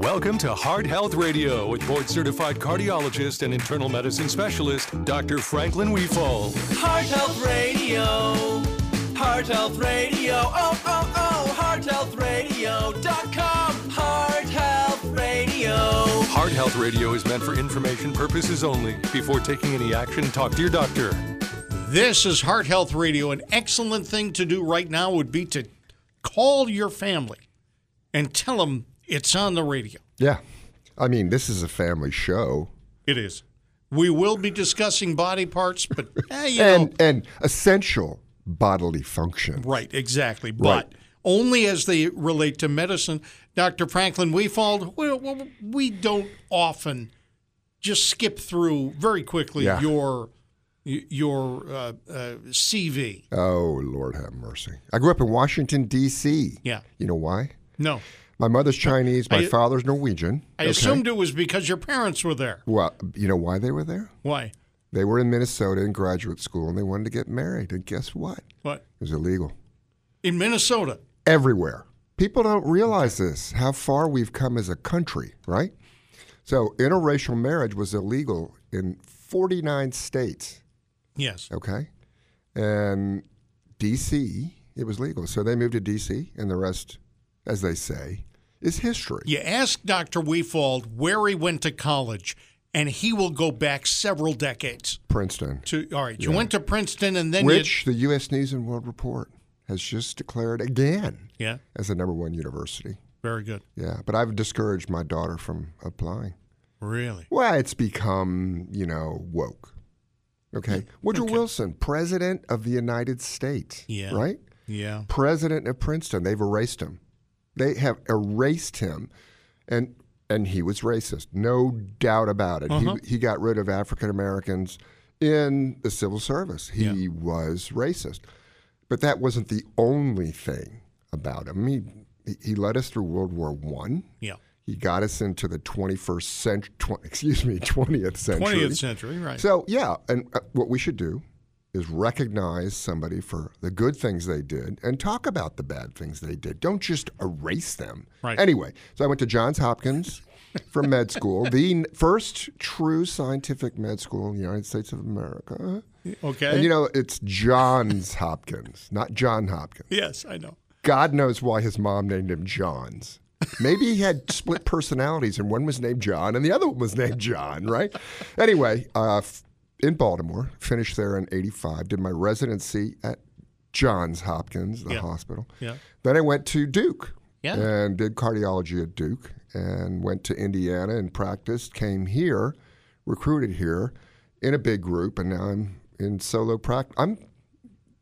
Welcome to Heart Health Radio with board certified cardiologist and internal medicine specialist, Dr. Franklin Weefall. Heart Health Radio. Heart Health Radio. Oh, oh, oh. HeartHealthRadio.com. Heart Health Radio. Heart Health Radio is meant for information purposes only. Before taking any action, talk to your doctor. This is Heart Health Radio. An excellent thing to do right now would be to call your family and tell them it's on the radio. Yeah. I mean, this is a family show. It is. We will be discussing body parts, but eh, you know, And and essential bodily function. right, exactly. But only as they relate to medicine. Dr. Franklin Weefald, well, well, we don't often just skip through very quickly Yeah. your your uh, uh, CV. Oh, Lord have mercy. I grew up in Washington D.C. Yeah. You know why? No, My mother's Chinese, my I- father's Norwegian. I assumed it was because your parents were there. Well, you know why they were there? Why? They were in Minnesota in graduate school and they wanted to get married. And guess what? It What was illegal. in Minnesota? everywhere. People don't realize this, how far we've come as a country, right? So interracial marriage was illegal in 49 states, Yes. okay? And D.C., it was legal. So they moved to D.C., and the rest, as they say, is history. You ask Dr. Weefald where he went to college, and he will go back several decades. Princeton, To all right, you went to Princeton, and then which the U.S. News and World Report has just declared again you, yeah, as the number one university. very good, Yeah, but I've discouraged my daughter from applying. really. Well, it's become, you know, woke. Okay. Woodrow Wilson, president of the United States. Yeah. Right? Yeah, President of Princeton. They've erased him. They have erased him. And and he was racist, no doubt about it. Uh-huh. He, he got rid of African Americans in the civil service. He Yeah. was racist. But that wasn't the only thing about him. He he- he led us through World War One. yeah. He got us into the 21st century, excuse me, 20th century. Twentieth century, right? So, yeah, and uh, what we should do is recognize somebody for the good things they did and talk about the bad things they did. Don't just erase them. Right. Anyway, so I went to Johns Hopkins for med school, the n- first true scientific med school in the United States of America. okay. And you know, it's Johns Hopkins, not John Hopkins. yes, I know. God knows why his mom named him Johns. Maybe he had split personalities, and one was named John, and the other one was named John, right? Anyway, uh, f- in Baltimore, finished there in '85. Did my residency at Johns Hopkins, the Yeah. hospital. Yeah. Then I went to Duke Yeah. and did cardiology at Duke, and went to Indiana and practiced. Came here, recruited here in a big group, and now I'm in solo practice. I'm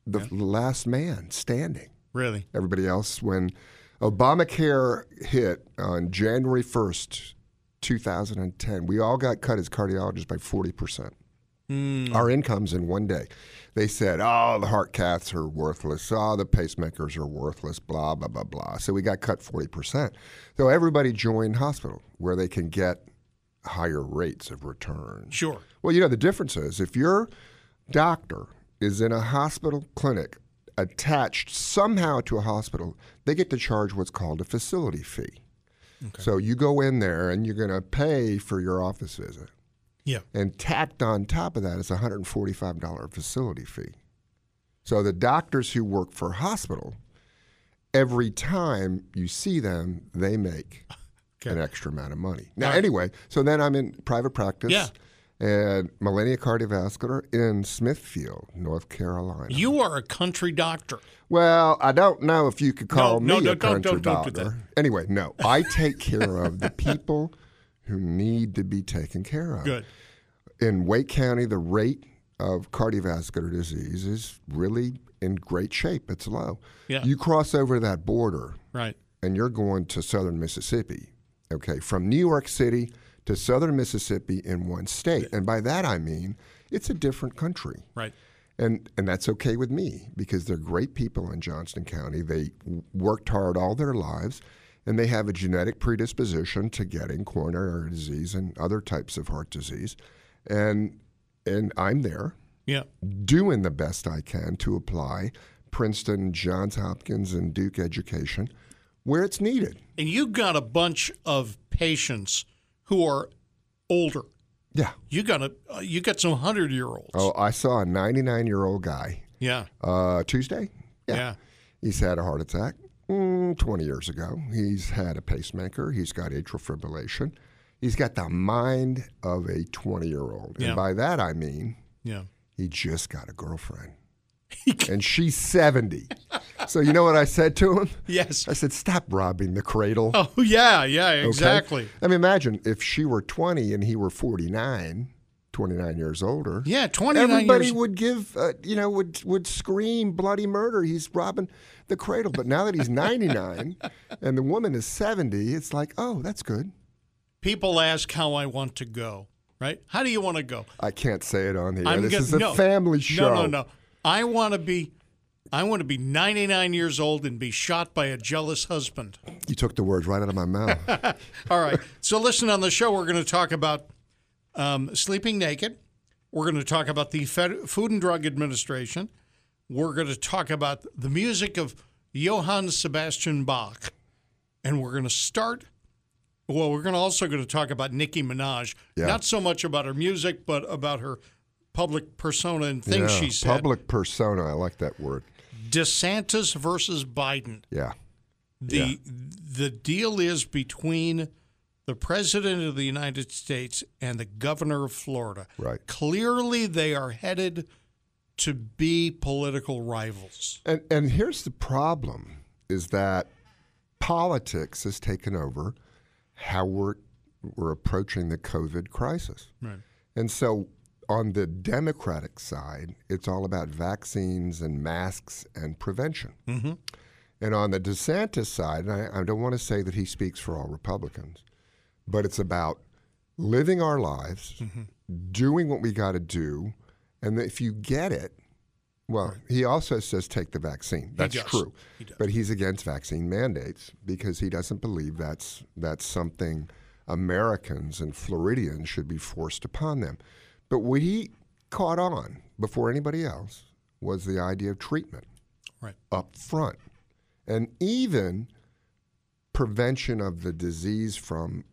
the last man standing Really? everybody else when Obamacare hit on January 1st, 2010. We all got cut as cardiologists by 40%. Our incomes in one day. They said, oh, the heart caths are worthless. Oh, the pacemakers are worthless, blah, blah, blah, blah. So we got cut 40%. So everybody joined hospital where they can get higher rates of return. Sure. Well, you know, the difference is if your doctor is in a hospital clinic attached somehow to a hospital, they get to charge what's called a facility fee. So you go in there and you're going to pay for your office visit. Yeah. And tacked on top of that is a $145 facility fee. So the doctors who work for hospital, every time you see them, they make Okay. an extra amount of money. Now, All right. anyway, so then I'm in private practice Yeah. and Millennia Cardiovascular in Smithfield, North Carolina. You are a country doctor. well, I don't know if you could call No, me no, a no, don't- country don't- don't do doctor. Anyway, no, I take care of the people who need to be taken care of. Good. In Wake County, the rate of cardiovascular disease is really in great shape. It's low. Yeah. You cross over that border, Right. and you're going to southern Mississippi, okay, from New York City to southern Mississippi in one state. And by that I mean it's a different country. Right. And, and that's okay with me because they're great people in Johnston County. They w- worked hard all their lives and they have a genetic predisposition to getting coronary artery disease and other types of heart disease. And, and I'm there Yeah. doing the best I can to apply Princeton, Johns Hopkins, and Duke education where it's needed. And you got a bunch of patients who are older. Yeah. You got a uh, you got some hundred year olds. Oh, I saw a 99 year old guy Yeah. uh, Tuesday. yeah. He's had a heart attack mm, 20 years ago. He's had a pacemaker. He's got atrial fibrillation. He's got the mind of a 20 year old. Yeah. And by that, I mean Yeah. he just got a girlfriend. and she's 70. So, you know what I said to him? Yes. I said, stop robbing the cradle. Oh yeah, yeah, okay? exactly. I mean, imagine if she were 20 and he were 49, 29 years older. Yeah, twenty nine Everybody years. would give, uh, you know, would would scream bloody murder. He's robbing the cradle. But now that he's 99 and the woman is 70, it's like, oh, that's good. People ask how I want to go. Right? How do you want to go? I can't say it on here. this gonna- is a no. family show. No, no, no. I want to be. I want to be 99 years old and be shot by a jealous husband. You took the words right out of my mouth. All right. So listen on the show. We're going to talk about um, sleeping naked. We're going to talk about the Fed- Food and Drug Administration. We're going to talk about the music of Johann Sebastian Bach, and we're going to start. Well, we're going to also going to talk about Nicki Minaj. Yeah. Not so much about her music, but about her public persona and things Yeah, she said. Public persona. I like that word. DeSantis versus Biden. Yeah. The Yeah. the deal is between the president of the United States and the governor of Florida. Right. Clearly they are headed to be political rivals. And and here's the problem is that politics has taken over how we're we're approaching the COVID crisis. Right. And so on the Democratic side, it's all about vaccines and masks and prevention. Mm-hmm. And on the DeSantis side, and I, I don't want to say that he speaks for all Republicans, but it's about living our lives, Mm-hmm. doing what we got to do, and if you get it, well, he also says take the vaccine. That's does. true, but he's against vaccine mandates because he doesn't believe that's that's something Americans and Floridians should be forced upon them. But what he caught on before anybody else was the idea of treatment Right. up front. And even prevention of the disease from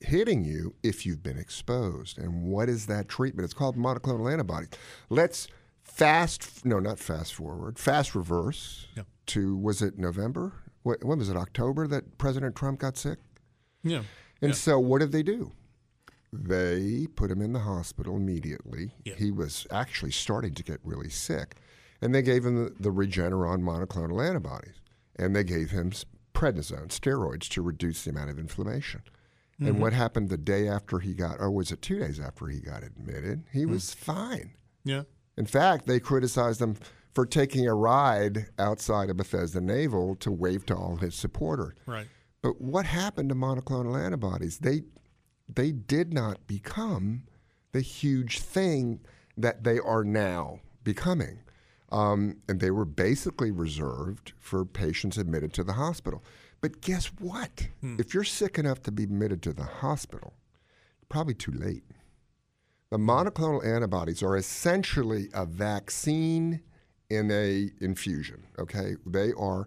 hitting you if you've been exposed. And what is that treatment? It's called monoclonal antibodies. Let's fast, no, not fast forward, fast reverse Yeah. to, was it November? What, when was it, October that President Trump got sick? Yeah. And so what did they do? They put him in the hospital immediately. Yeah. He was actually starting to get really sick. And they gave him the, the Regeneron monoclonal antibodies. And they gave him s- prednisone, steroids, to reduce the amount of inflammation. Mm-hmm. And what happened the day after he got, or was it two days after he got admitted? Mm. He was fine. Yeah. In fact, they criticized him for taking a ride outside of Bethesda Naval to wave to all his supporters. Right. But what happened to monoclonal antibodies? They they did not become the huge thing that they are now becoming. Um, and they were basically reserved for patients admitted to the hospital. But guess what? If you're sick enough to be admitted to the hospital, probably too late. The monoclonal antibodies are essentially a vaccine in a infusion. Okay, they are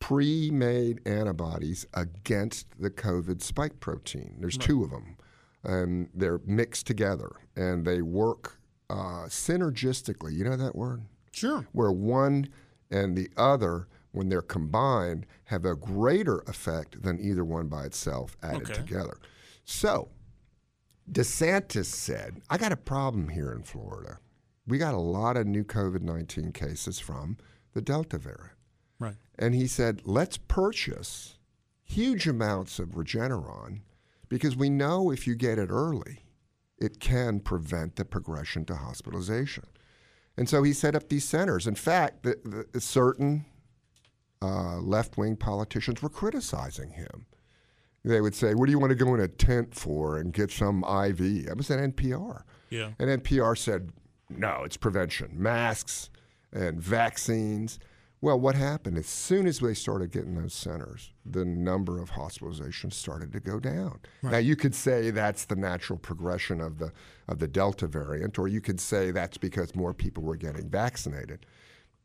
pre-made antibodies against the COVID spike protein. There's two of them, and they're mixed together, and they work uh, synergistically. You know that word? Sure. Where one and the other, when they're combined, have a greater effect than either one by itself added Okay. together. So, DeSantis said, I got a problem here in Florida. We got a lot of new COVID 19 cases from the Delta variant. Right. And he said, let's purchase huge amounts of Regeneron because we know if you get it early, it can prevent the progression to hospitalization. And so he set up these centers. In fact, the, the, certain uh, left wing politicians were criticizing him. They would say, What do you want to go in a tent for and get some IV? I was at NPR. Yeah. And NPR said, no, it's prevention, masks and vaccines. Well, what happened? As soon as they started getting those centers, the number of hospitalizations started to go down. Now you could say that's the natural progression of the of the Delta variant, or you could say that's because more people were getting vaccinated.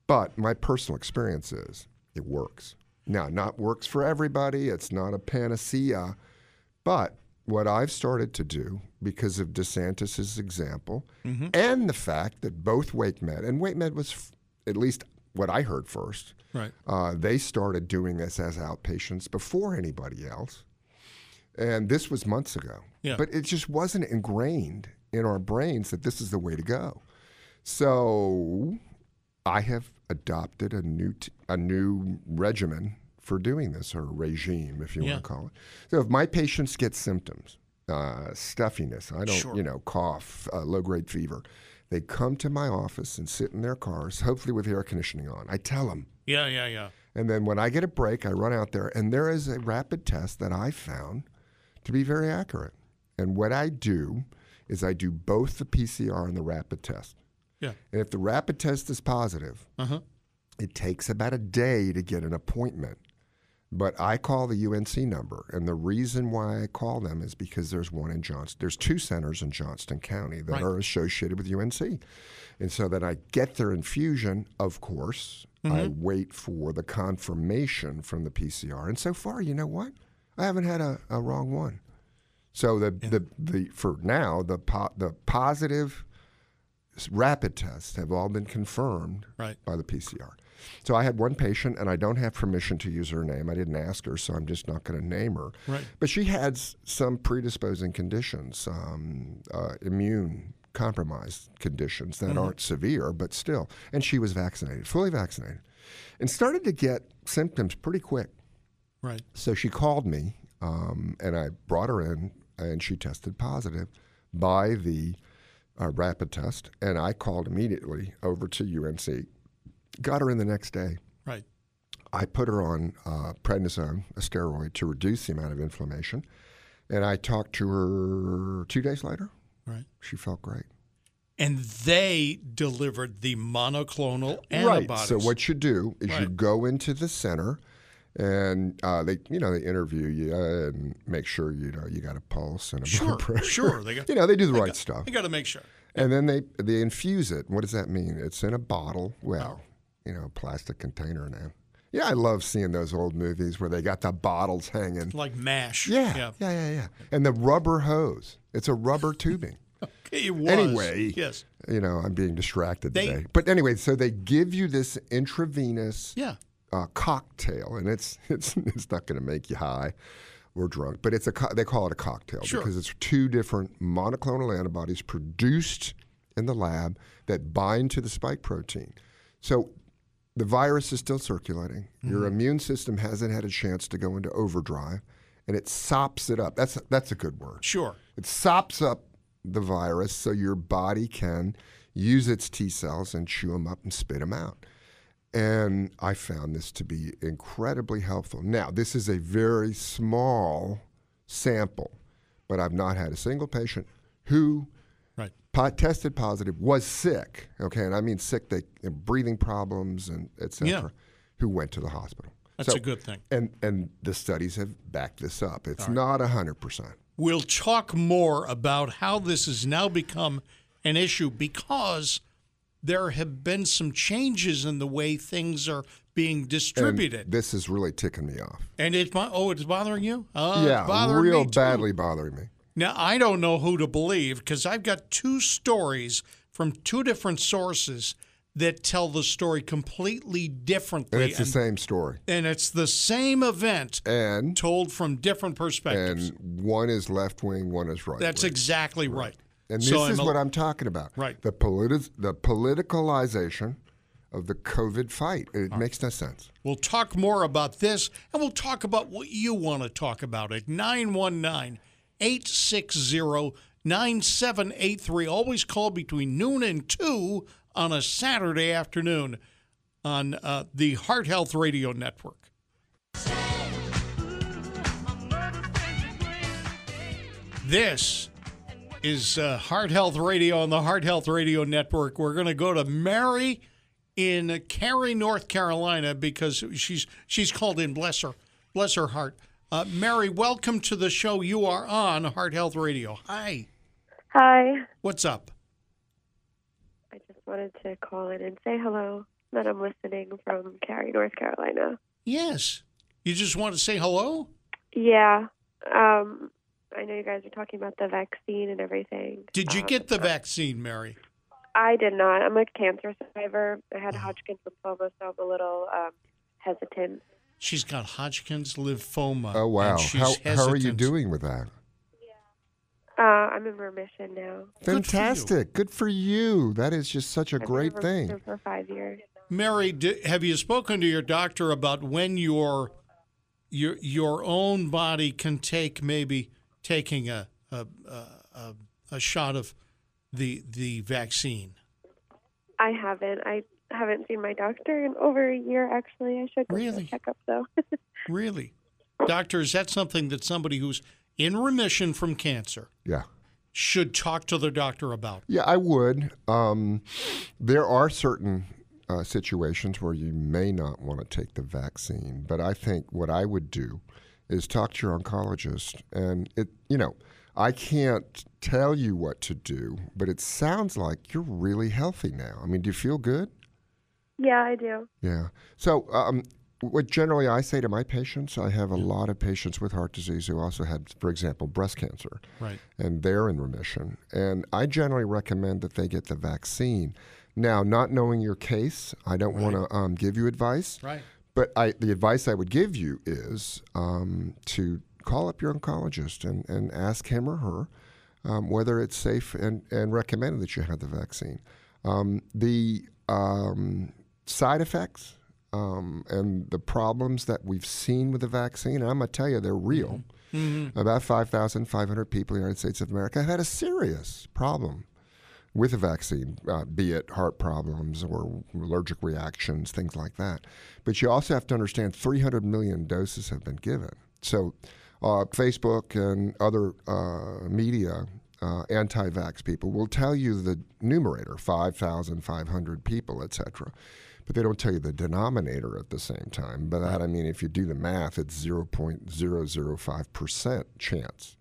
But my personal experience is it works. Now, not works for everybody. It's not a panacea. But what I've started to do because of DeSantis's example and the fact that both Wake Med and Wake Med was f- at least what I heard first. Right. Uh, they started doing this as outpatients before anybody else. And this was months ago. Yeah. But it just wasn't ingrained in our brains that this is the way to go. So I have adopted a new t- a new regimen for doing this or regime, if you Yeah. want to call it. So if my patients get symptoms, uh, stuffiness, I don't, you know, cough, uh, low grade fever, they come to my office and sit in their cars, hopefully with air conditioning on. I tell them, Yeah, yeah, yeah. and then when I get a break, I run out there, and there is a rapid test that I found to be very accurate. And what I do is I do both the PCR and the rapid test. Yeah. Uh-huh. And if the rapid test is positive, it takes about a day to get an appointment. But I call the UNC number, and the reason why I call them is because there's one in Johnston. There's two centers in Johnston County that Right. are associated with UNC, and so then I get their infusion. Of course, I wait for the confirmation from the PCR, and so far, you know what? I haven't had a, a wrong one. So the, the the for now the po- the positive s- rapid tests have all been confirmed Right. by the PCR. So I had one patient, and I don't have permission to use her name. I didn't ask her, so I'm just not going to name her. Right. But she had s- some predisposing conditions, um, uh, immune compromised conditions Mm-hmm. that aren't severe, but still. And she was vaccinated, fully vaccinated, and started to get symptoms pretty quick. Right. So she called me, um, and I brought her in, and she tested positive by the uh, rapid test. And I called immediately over to UNC, got her in the next day. Right. I put her on uh, prednisone, a steroid, to reduce the amount of inflammation. And I talked to her two days later. Right. She felt great. And they delivered the monoclonal antibodies. Right. So what you do is you Right. go into the center, and uh, they you know they interview you uh, and make sure you know you got a pulse and a Sure, blood pressure. sure, they got- you know they do the right stuff, I got to make sure. and then they they infuse it. What does that mean? It's in a bottle. Oh. Well, you know, plastic container now. Yeah, I love seeing those old movies where they got the bottles hanging. Like mash. Yeah, Yeah. yeah, yeah, yeah. And the rubber hose. It's a rubber tubing. It was. Anyway. Yes. you know, I'm being distracted They- today. But anyway, so they give you this intravenous Yeah. uh, cocktail, and it's it's it's not going to make you high or drunk, but it's a co- they call it a cocktail Sure. because it's two different monoclonal antibodies produced in the lab that bind to the spike protein. So the virus is still circulating. Your immune system hasn't had a chance to go into overdrive, and it sops it up. That's that's a good word. Sure. It sops up the virus so your body can use its T cells and chew them up and spit them out. And I found this to be incredibly helpful. Now, this is a very small sample, but I've not had a single patient who Right. po- tested positive was sick, okay, and I mean sick, they breathing problems and et cetera, Yeah. who went to the hospital. That's So- a good thing. And, and the studies have backed this up. It's not not 100%. We'll talk more about how this has now become an issue because there have been some changes in the way things are being And distributed. And, This is really ticking me off. it's bo- oh, it's bothering you? Uh, it's yeah, bothering real me too. badly bothering me. Now, I don't know who to believe because I've got two stories from two different sources that tell the story completely differently. And it's the same story. and it's the same event And told from different perspectives. and one is left wing, one is right. That's wing. exactly right. and this So is I'm a- what I'm talking about. Right. The politi- the politicalization of the COVID fight. It makes no sense. We'll talk more about this and we'll talk about what you want to talk about at 919 860 9783. Always call between noon and 2 on a Saturday afternoon on uh, the Heart Health Radio Network. This is uh, Heart Health Radio on the Heart Health Radio Network. We're going to go to Mary in Cary, North Carolina, because she's she's called in. Bless her, bless her heart. Uh, Mary, welcome to the show. You are on Heart Health Radio. Hi, Hi. what's up? I just wanted to call in and say hello that I'm listening from Cary, North Carolina. Yes, you just want to say hello. Yeah. Um, I know you guys are talking about the vaccine and everything. Did Uh, you Um, get the vaccine, Mary? I did not. I'm a cancer survivor. I had Hodgkin's lymphoma, so I'm a little um, hesitant. She's got Hodgkin's lymphoma. Oh wow! and she's How, how are you hesitant. doing with that? Uh, I'm in remission now. Good for you. Fantastic! Good for you. That is just such a I've been great in remission thing. For five years. Mary, d have you spoken to your doctor about when your your your own body can take maybe taking a a, a, a, a shot of the the vaccine? I haven't. I haven't seen my doctor in over a year. Actually, I should go for Really? a checkup though. Really, doctor, is that something that somebody who's in remission from cancer Yeah. should talk to their doctor about? Yeah, I would. Um, there are certain uh, situations where you may not want to take the vaccine, but I think what I would do is talk to your oncologist. And it, you know, I can't tell you what to do, but it sounds like you're really healthy now. I mean, do you feel good? yeah, I do. Yeah. So, um, what generally I say to my patients, I have a lot of patients with heart disease who also had, for example, breast cancer Right. and they're in remission. And I generally recommend that they get the vaccine. Now, not knowing your case, I don't want to um, give you advice. Right. But I, the advice I would give you is um, to call up your oncologist and, and ask him or her um, whether it's safe and, and recommended that you have the vaccine. Um, the um, side effects um, and the problems that we've seen with the vaccine, and I'm going to tell you, they're real. Mm-hmm. Mm-hmm. About 5,500 people in the United States of America have had a serious problem with a vaccine, uh, be it heart problems or allergic reactions, things like that. But you also have to understand 300 million doses have been given. So, uh, Facebook and other uh, media, uh, anti vax people, will tell you the numerator 5,500 people, et cetera. But they don't tell you the denominator at the same time. By that, I mean, if you do the math, it's 0.005% chance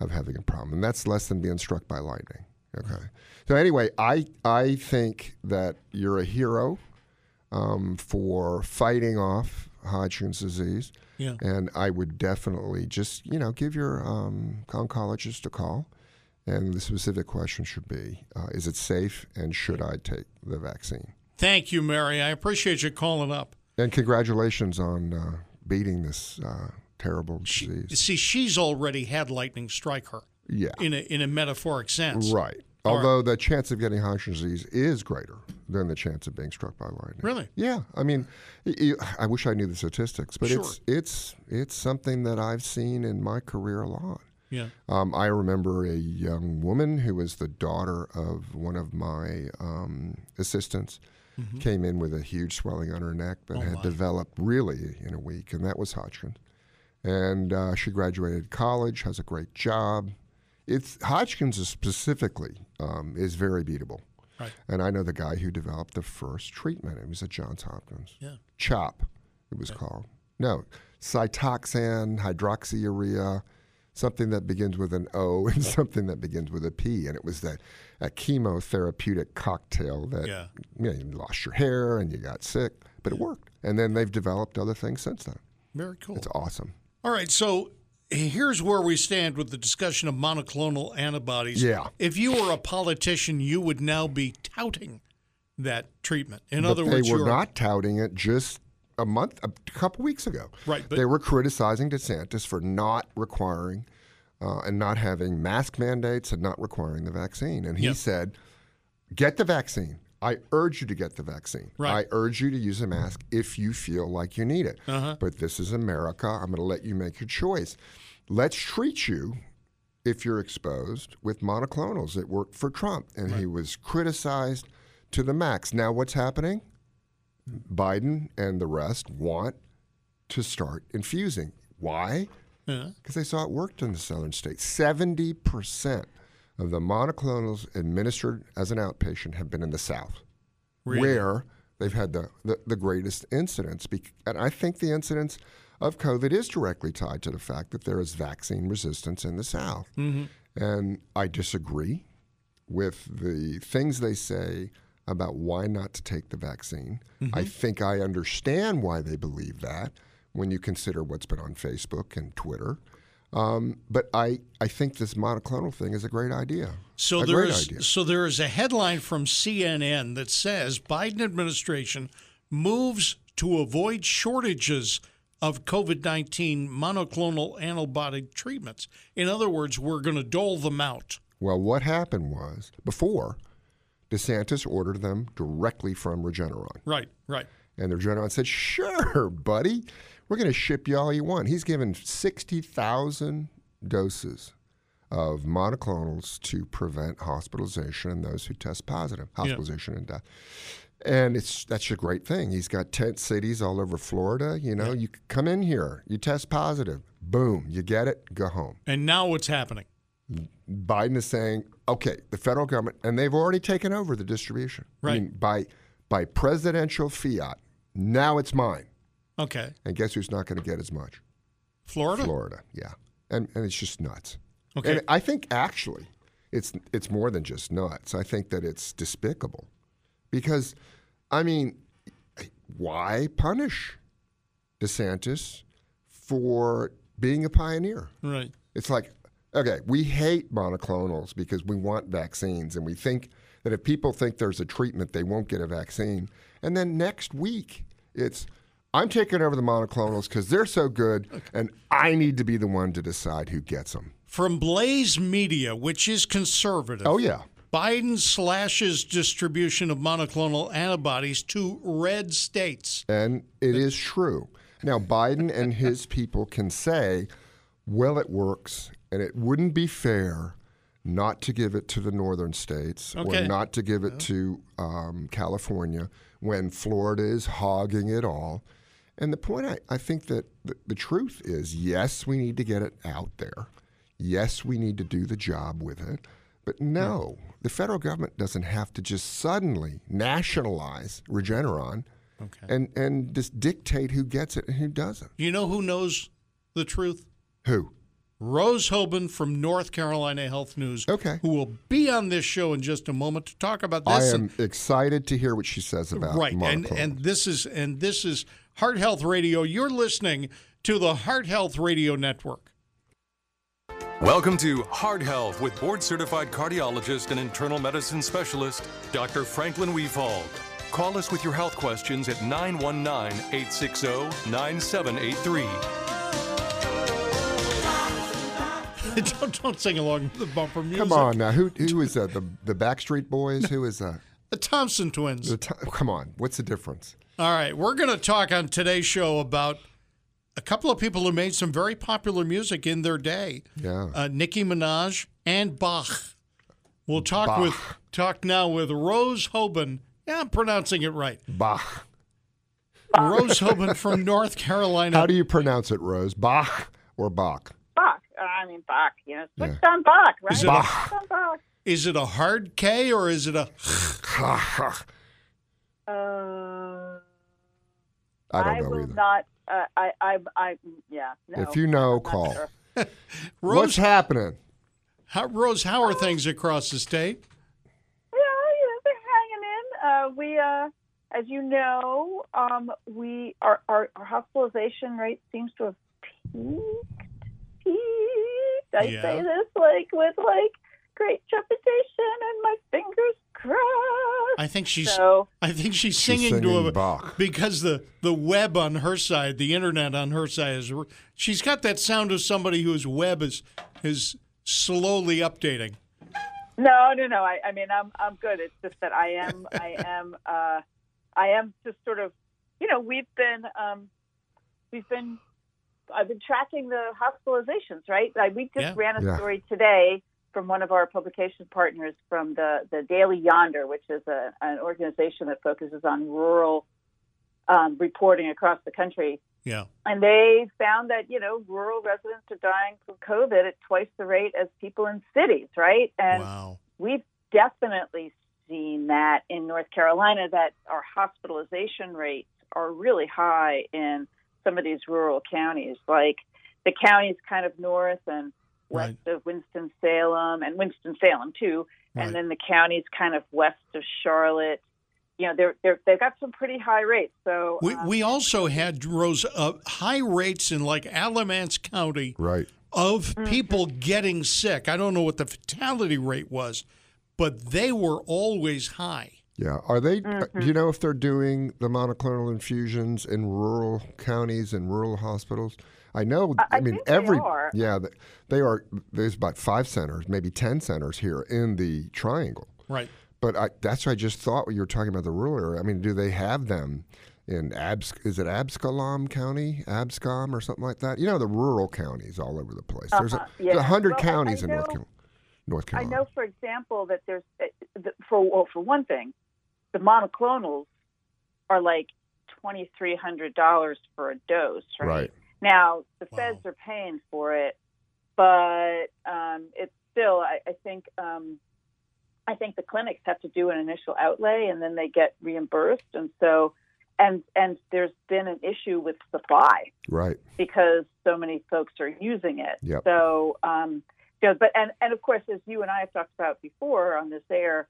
of having a problem, and that's less than being struck by lightning. Okay. So anyway, I I think that you're a hero um, for fighting off Hodgkin's disease. Yeah. And I would definitely just you know give your um, oncologist a call, and the specific question should be: uh, Is it safe, and should I take the vaccine? Thank you, Mary. I appreciate you calling up. And congratulations on uh, beating this uh, terrible disease. See, she's already had lightning strike her Yeah. in a in a metaphoric sense. Right. All Although the chance of getting Hodgkin's disease is greater than the chance of being struck by lightning. Really? Yeah. I mean, y- y- I wish I knew the statistics, but it's it's it's something that I've seen in my career a lot. Yeah. Um, I remember a young woman who was the daughter of one of my um, assistants. Mm-hmm. Came in with a huge swelling on her neck, but Oh, had developed really in a week, and that was Hodgkin. And uh, she graduated college, has a great job. It's Hodgkin's is specifically um, is very beatable. Right. And I know the guy who developed the first treatment. It was at Johns Hopkins. Yeah. CHOP, it was called. No, cytoxan, hydroxyurea, something that begins with an O and something that begins with a P. And it was that a chemotherapeutic cocktail that Yeah. you, know, you lost your hair and you got sick, but it worked. And then they've developed other things since then. Very cool. It's awesome. All right, so here's where we stand with the discussion of monoclonal antibodies. Yeah. If you were a politician, you would now be touting that treatment. In but other they words, were you're not touting it just a month, a couple weeks ago. Right, but- they were criticizing DeSantis for not requiring uh, and not having mask mandates and not requiring the vaccine. And he Yeah. said, "Get the vaccine. I urge you to get the vaccine. Right. I urge you to use a mask if you feel like you need it. Uh-huh. But this is America. I'm going to let you make your choice. Let's treat you." If you're exposed with monoclonals, it worked for Trump, and he was criticized to the max. Now, what's happening? Biden and the rest want to start infusing. Why? Yeah. Because they saw it worked in the southern states. 70% of the monoclonals administered as an outpatient have been in the south, Really? where They've had the, the, the greatest incidence. Bec- And I think the incidence of COVID is directly tied to the fact that there is vaccine resistance in the South. And I disagree with the things they say about why not to take the vaccine. I think I understand why they believe that when you consider what's been on Facebook and Twitter. Um, but I, I think this monoclonal thing is a great idea. So a there great is idea. so there is a headline from CNN that says Biden administration moves to avoid shortages of COVID-19 monoclonal antibody treatments. In other words, we're going to dole them out. Well, what happened was before DeSantis ordered them directly from Regeneron. Right, right. And the Regeneron said, sure, buddy, we're going to ship you all you want. He's given 60,000 doses of monoclonals to prevent hospitalization in those who test positive, hospitalization and death. And it's that's a great thing. He's got tent cities all over Florida. You know, you come in here, you test positive, boom, you get it, go home. And now what's happening? Biden is saying, okay, the federal government, and they've already taken over the distribution. I Right. mean, by by presidential fiat, now it's mine. Okay. And guess who's not going to get as much? Florida? Florida. Yeah. And and it's just nuts. Okay. And I think actually it's it's more than just nuts. I think that it's despicable. Because I mean, why punish DeSantis for being a pioneer? Right. It's like, okay, we hate monoclonals because we want vaccines, and we think that if people think there's a treatment, they won't get a vaccine. And then next week, it's, I'm taking over the monoclonals because they're so good, and I need to be the one to decide who gets them. From Blaze Media, which is conservative. Oh, yeah. Biden slashes distribution of monoclonal antibodies to red states. And it is true. Now, Biden and his people can say, well, it works, and it wouldn't be fair not to give it to the northern states Okay. or not to give it to um, California when Florida is hogging it all. And the point I, I think that the, the truth is yes, we need to get it out there. Yes, we need to do the job with it. But Hmm. no, the federal government doesn't have to just suddenly nationalize Regeneron and and just dictate who gets it and who doesn't. You know who knows the truth? Who? Rose Hoban from North Carolina Health News, Okay. who will be on this show in just a moment to talk about I this. am excited to hear what she says about right, and monoclonal. and this is and this is Heart Health Radio. You're listening to the Heart Health Radio Network. Welcome to Heart Health with board certified cardiologist and internal medicine specialist, Dr. Franklin Weefald. Call us with your health questions at 919 860 9783. don't don't sing along with the bumper music. come on now, who who is that? The the Backstreet Boys? Who is that? the Thompson twins. The t- come on, what's the difference? All right, we're going to talk on today's show about a couple of people who made some very popular music in their day. Yeah. uh, Nicki Minaj and Bach. We'll talk Bach. with talk now with Rose Hoban. Yeah, I'm pronouncing it right. Bach. Rose Hoban from North Carolina. How do you pronounce it, Rose? Bach or Bach? Bach. Uh, I mean Bach. You know, switched Yeah. on Bach, right? Is it Bach. Switched on Bach. is it a hard K or is it a? Uh, I don't know will either. not. Uh, I, I, I, yeah. No, If you know, I'm not call. sure. What's Rose? happening? How, Rose, how are things across the state? Yeah, you know, they're hanging in. Uh, we, uh, as you know, um, we our, our our hospitalization rate seems to have peaked. Peaked. I Yeah. say this like with like great trepidation and my fingers crossed. I think she's. so I think She's she's singing, to a Bach. because the the web on her side, the internet on her side is. She's got that sound of somebody whose web is is slowly updating. No, no, no. I, I mean, I'm I'm good. It's just that I am I am uh, I am just sort of, you know, we've been um, we've been I've been tracking the hospitalizations, right? Like we just Yeah. ran a Yeah. story today from one of our publication partners from the the Daily Yonder, which is a, an organization that focuses on rural um, reporting across the country Yeah. and they found that you know rural residents are dying from COVID at twice the rate as people in cities, right? And wow. we've definitely magazine that in North Carolina that our hospitalization rates are really high in some of these rural counties, like the counties kind of north and west of Winston Salem and Winston Salem too, Right. and then the counties kind of west of Charlotte. You know, they're, they're they've got some pretty high rates. So We, um, we also had rose uh, high rates in like Alamance County Right. of people getting sick. I don't know what the fatality rate was, but they were always high. Yeah. Are they? uh, Mm-hmm. Do you know if they're doing the monoclonal infusions in rural counties and rural hospitals? I know. I, I mean, think they every are. yeah, th- they are. There's about five centers, maybe ten centers here in the triangle. Right. But I, that's what I just thought when you were talking about the rural area. I mean, do they have them in Abs? Is it Abscalom County, Abscom, or something like that? You know, the rural counties all over the place. There's a, Uh-huh, there's a yeah. hundred Well, I- I counties in North, know- Carol- North I Carolina. know, for example, that there's uh, the- for well, for one thing, the monoclonals are like twenty three hundred dollars for a dose, right? Right. Now the Wow. feds are paying for it, but um, it's still. I, I think um, I think the clinics have to do an initial outlay and then they get reimbursed, and so and and there's been an issue with supply Right. because so many folks are using it. Yep. So, um, you know, but and and of course, as you and I have talked about before on this air,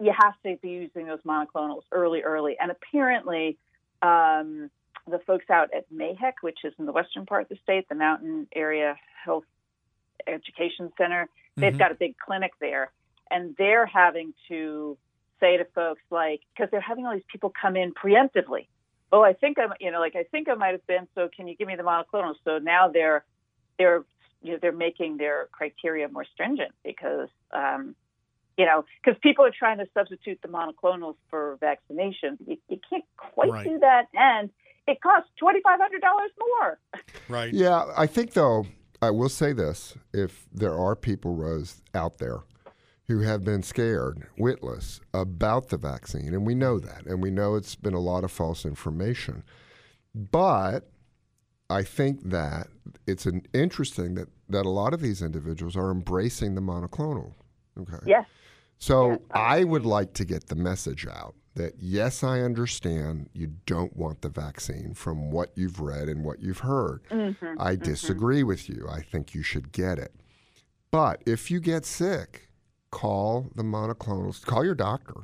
you have to be using those monoclonals early, early. And apparently, um, the folks out at Mayhec, which is in the western part of the state, the Mountain Area Health Education Center, they've Mm-hmm. Mhm. got a big clinic there, and they're having to say to folks like because they're having all these people come in preemptively oh, I think I'm, you know, like I think I might have been. So can you give me the monoclonal? So now they're they're you know they're making their criteria more stringent because um, you know because people are trying to substitute the monoclonals for vaccination. You, you can't quite Right. do that, and it costs twenty five hundred dollars more. Right. Yeah, I think though I will say this: if there are people, Rose, out there who have been scared, witless about the vaccine, and we know that, and we know it's been a lot of false information, but I think that it's an interesting that that a lot of these individuals are embracing the monoclonal. Okay. Yes, So Yes, I- I would like to get the message out that yes, I understand you don't want the vaccine from what you've read and what you've heard. Mm-hmm. Mm-hmm. I disagree with you. I think you should get it. But if you get sick, call the monoclonals, call your doctor.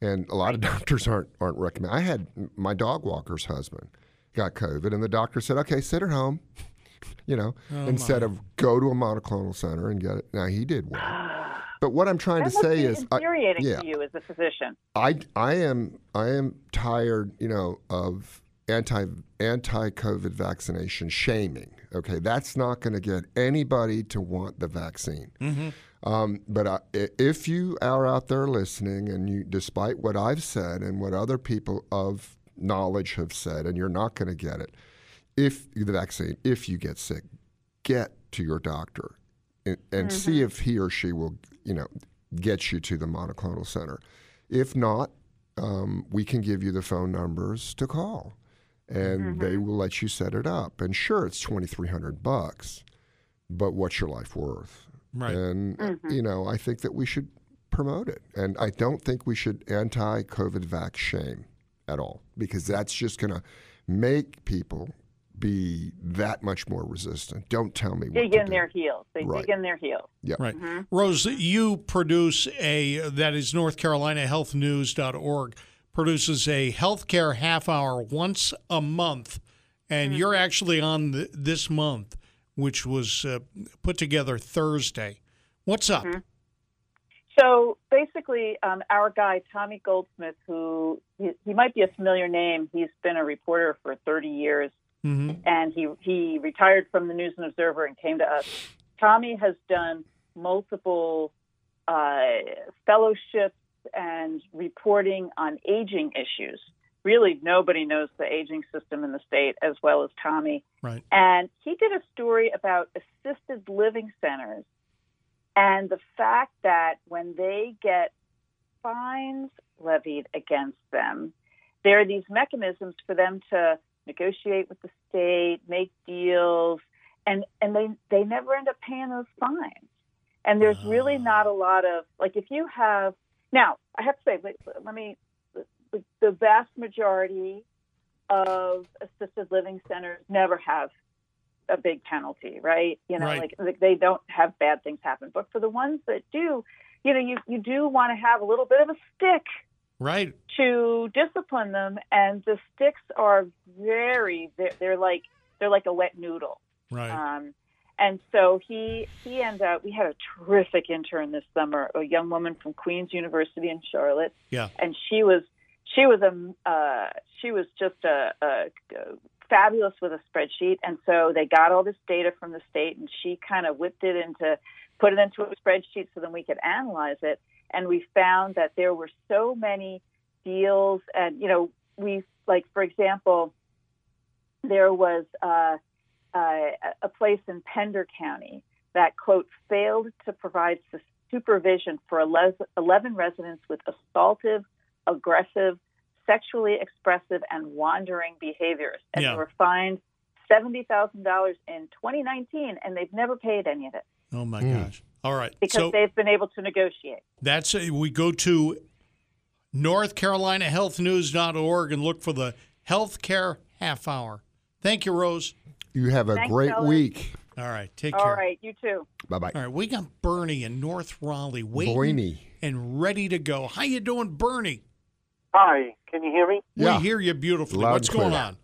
And a lot of doctors aren't aren't recommending. I had my dog walker's husband got COVID, and the doctor said, "Okay, sit at home," you know, instead of go to a monoclonal center and get it. Now he did well, but what I'm trying that to must say be is, I- infuriating yeah, to you as a physician. I, I am I am tired, you know, of anti anti COVID vaccination shaming. Okay, that's not going to get anybody to want the vaccine. Mm-hmm. Um, but I, i- if you are out there listening, and you, despite what I've said and what other people of knowledge have said, and you're not going to get it, if the vaccine, if you get sick, get to your doctor and, and see if he or she will, you know, get you to the monoclonal center. If not, um, we can give you the phone numbers to call, and they will let you set it up. And sure, it's twenty three hundred bucks, but what's your life worth? Right. And uh, you know, I think that we should promote it, and I don't think we should anti-COVID vax shame at all because that's just going to make people be that much more resistant. Don't tell me what Dig to in do. their heels. They Right. dig in their heels. Right. Rose, you produce a, that is North Carolina healthnews.org, produces a healthcare half hour once a month. And you're Mm-hmm. actually on the, this month, which was uh, put together Thursday. What's up? Mm-hmm. So basically, um, our guy Tommy Goldsmith, who he, he might be a familiar name, he's been a reporter for 30 years, Mhm. and he he retired from the News and Observer and came to us. Tommy has done multiple uh, fellowships and reporting on aging issues. Really, nobody knows the aging system in the state as well as Tommy. Right. And he did a story about assisted living centers and the fact that when they get fines levied against them, there are these mechanisms for them to negotiate with the state, make deals, and, and they, they never end up paying those fines. And there's really not a lot of, like, if you have, Now, I have to say, let, let me, the, the vast majority of assisted living centers never have a big penalty, right? You know, Right. like, like they don't have bad things happen. But for the ones that do, you know, you, you do want to have a little bit of a stick Right. to discipline them. And the sticks are very, they're, they're like, they're like a wet noodle. Right. Um, and so he he and uh, we had a terrific intern this summer, a young woman from Queens University in Charlotte. Yeah. and she was she was a uh, she was just a, a, a fabulous with a spreadsheet. And so they got all this data from the state, and she kind of whipped it into put it into a spreadsheet so then we could analyze it. And we found that there were so many deals, and you know, we like for example, there was. Uh, uh, a place in Pender County that, quote, failed to provide su- supervision for 11 11 residents with assaultive, aggressive, sexually expressive, and wandering behaviors. And Yeah. they were fined $70,000 in 2019, and they've never paid any of it Oh my Mm. gosh. All right. because so they've been able to negotiate. that's uh, we go to North Carolina healthnews.org and look for the healthcare half hour. Thank you, Rose. You have a Thanks, great fellas. week. All right. Take All care. right, you too. Bye bye. All right. We got Bernie in North Raleigh waiting Boyne. and ready to go. How you doing, Bernie? Hi, can you hear me? Oh, Yeah. We hear you beautifully. Loud What's and going clear.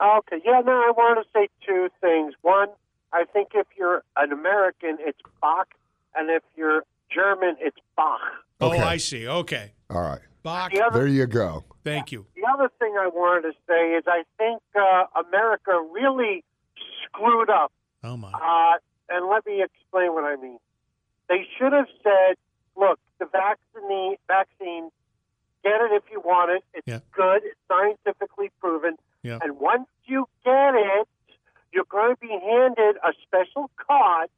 on? Okay, yeah, no, I want to say two things. One, I think if you're an American, it's Bach, and if you're German, it's Bach. Okay. Oh, I see. Okay. All right. Bach, The other, There you go. thank you. the other thing I wanted to say is I think uh, America really screwed up Oh my. Uh, and let me explain what I mean. They should have said, look, the vaccine, vaccine, get it if you want it. It's Yeah. good. It's scientifically proven. Yeah. And once you get it, you're going to be handed a special card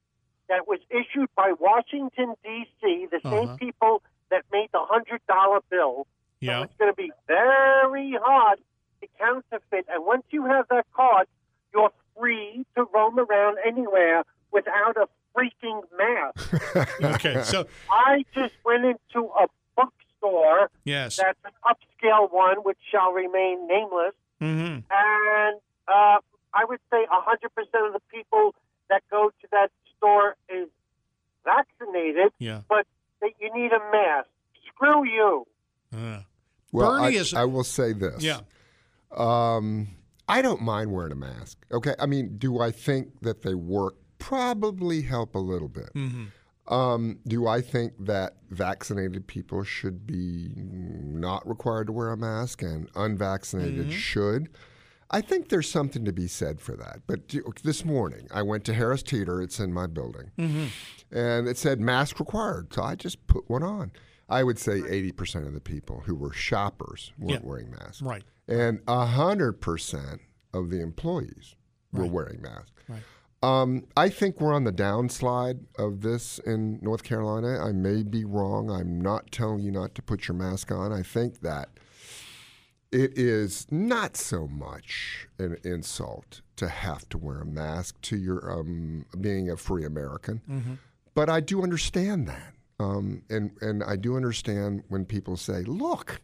that was issued by Washington, D.C., the Uh-huh. same people that made the $100 bill. So Yeah. it's going to be very hard to counterfeit. And once you have that card, you're free to roam around anywhere without a freaking mask. Okay. So I just went into a bookstore yes. that's an upscale one, which shall remain nameless. Mm-hmm. And uh, I would say 100% of the people that go to that store is vaccinated, Yeah. but that you need a mask. Screw you. Uh, Well, Bernie I, is- I will say this. yeah. Um, I don't mind wearing a mask. Okay. I mean, do I think that they work? Probably help a little bit. Mm-hmm. Um, do I think that vaccinated people should be not required to wear a mask and unvaccinated Mm-hmm. should? I think there's something to be said for that. But do- this morning, I went to Harris Teeter. It's in my building. Mm-hmm. And it said mask required. So I just put one on. I would say 80% of the people who were shoppers weren't Yeah. wearing masks. Right. And 100% of the employees were Right. wearing masks. Right. Um, I think we're on the downslide of this in North Carolina. I may be wrong. I'm not telling you not to put your mask on. I think that it is not so much an insult to have to wear a mask to your um, being a free American, but I do understand that, um, and and I do understand when people say, "Look,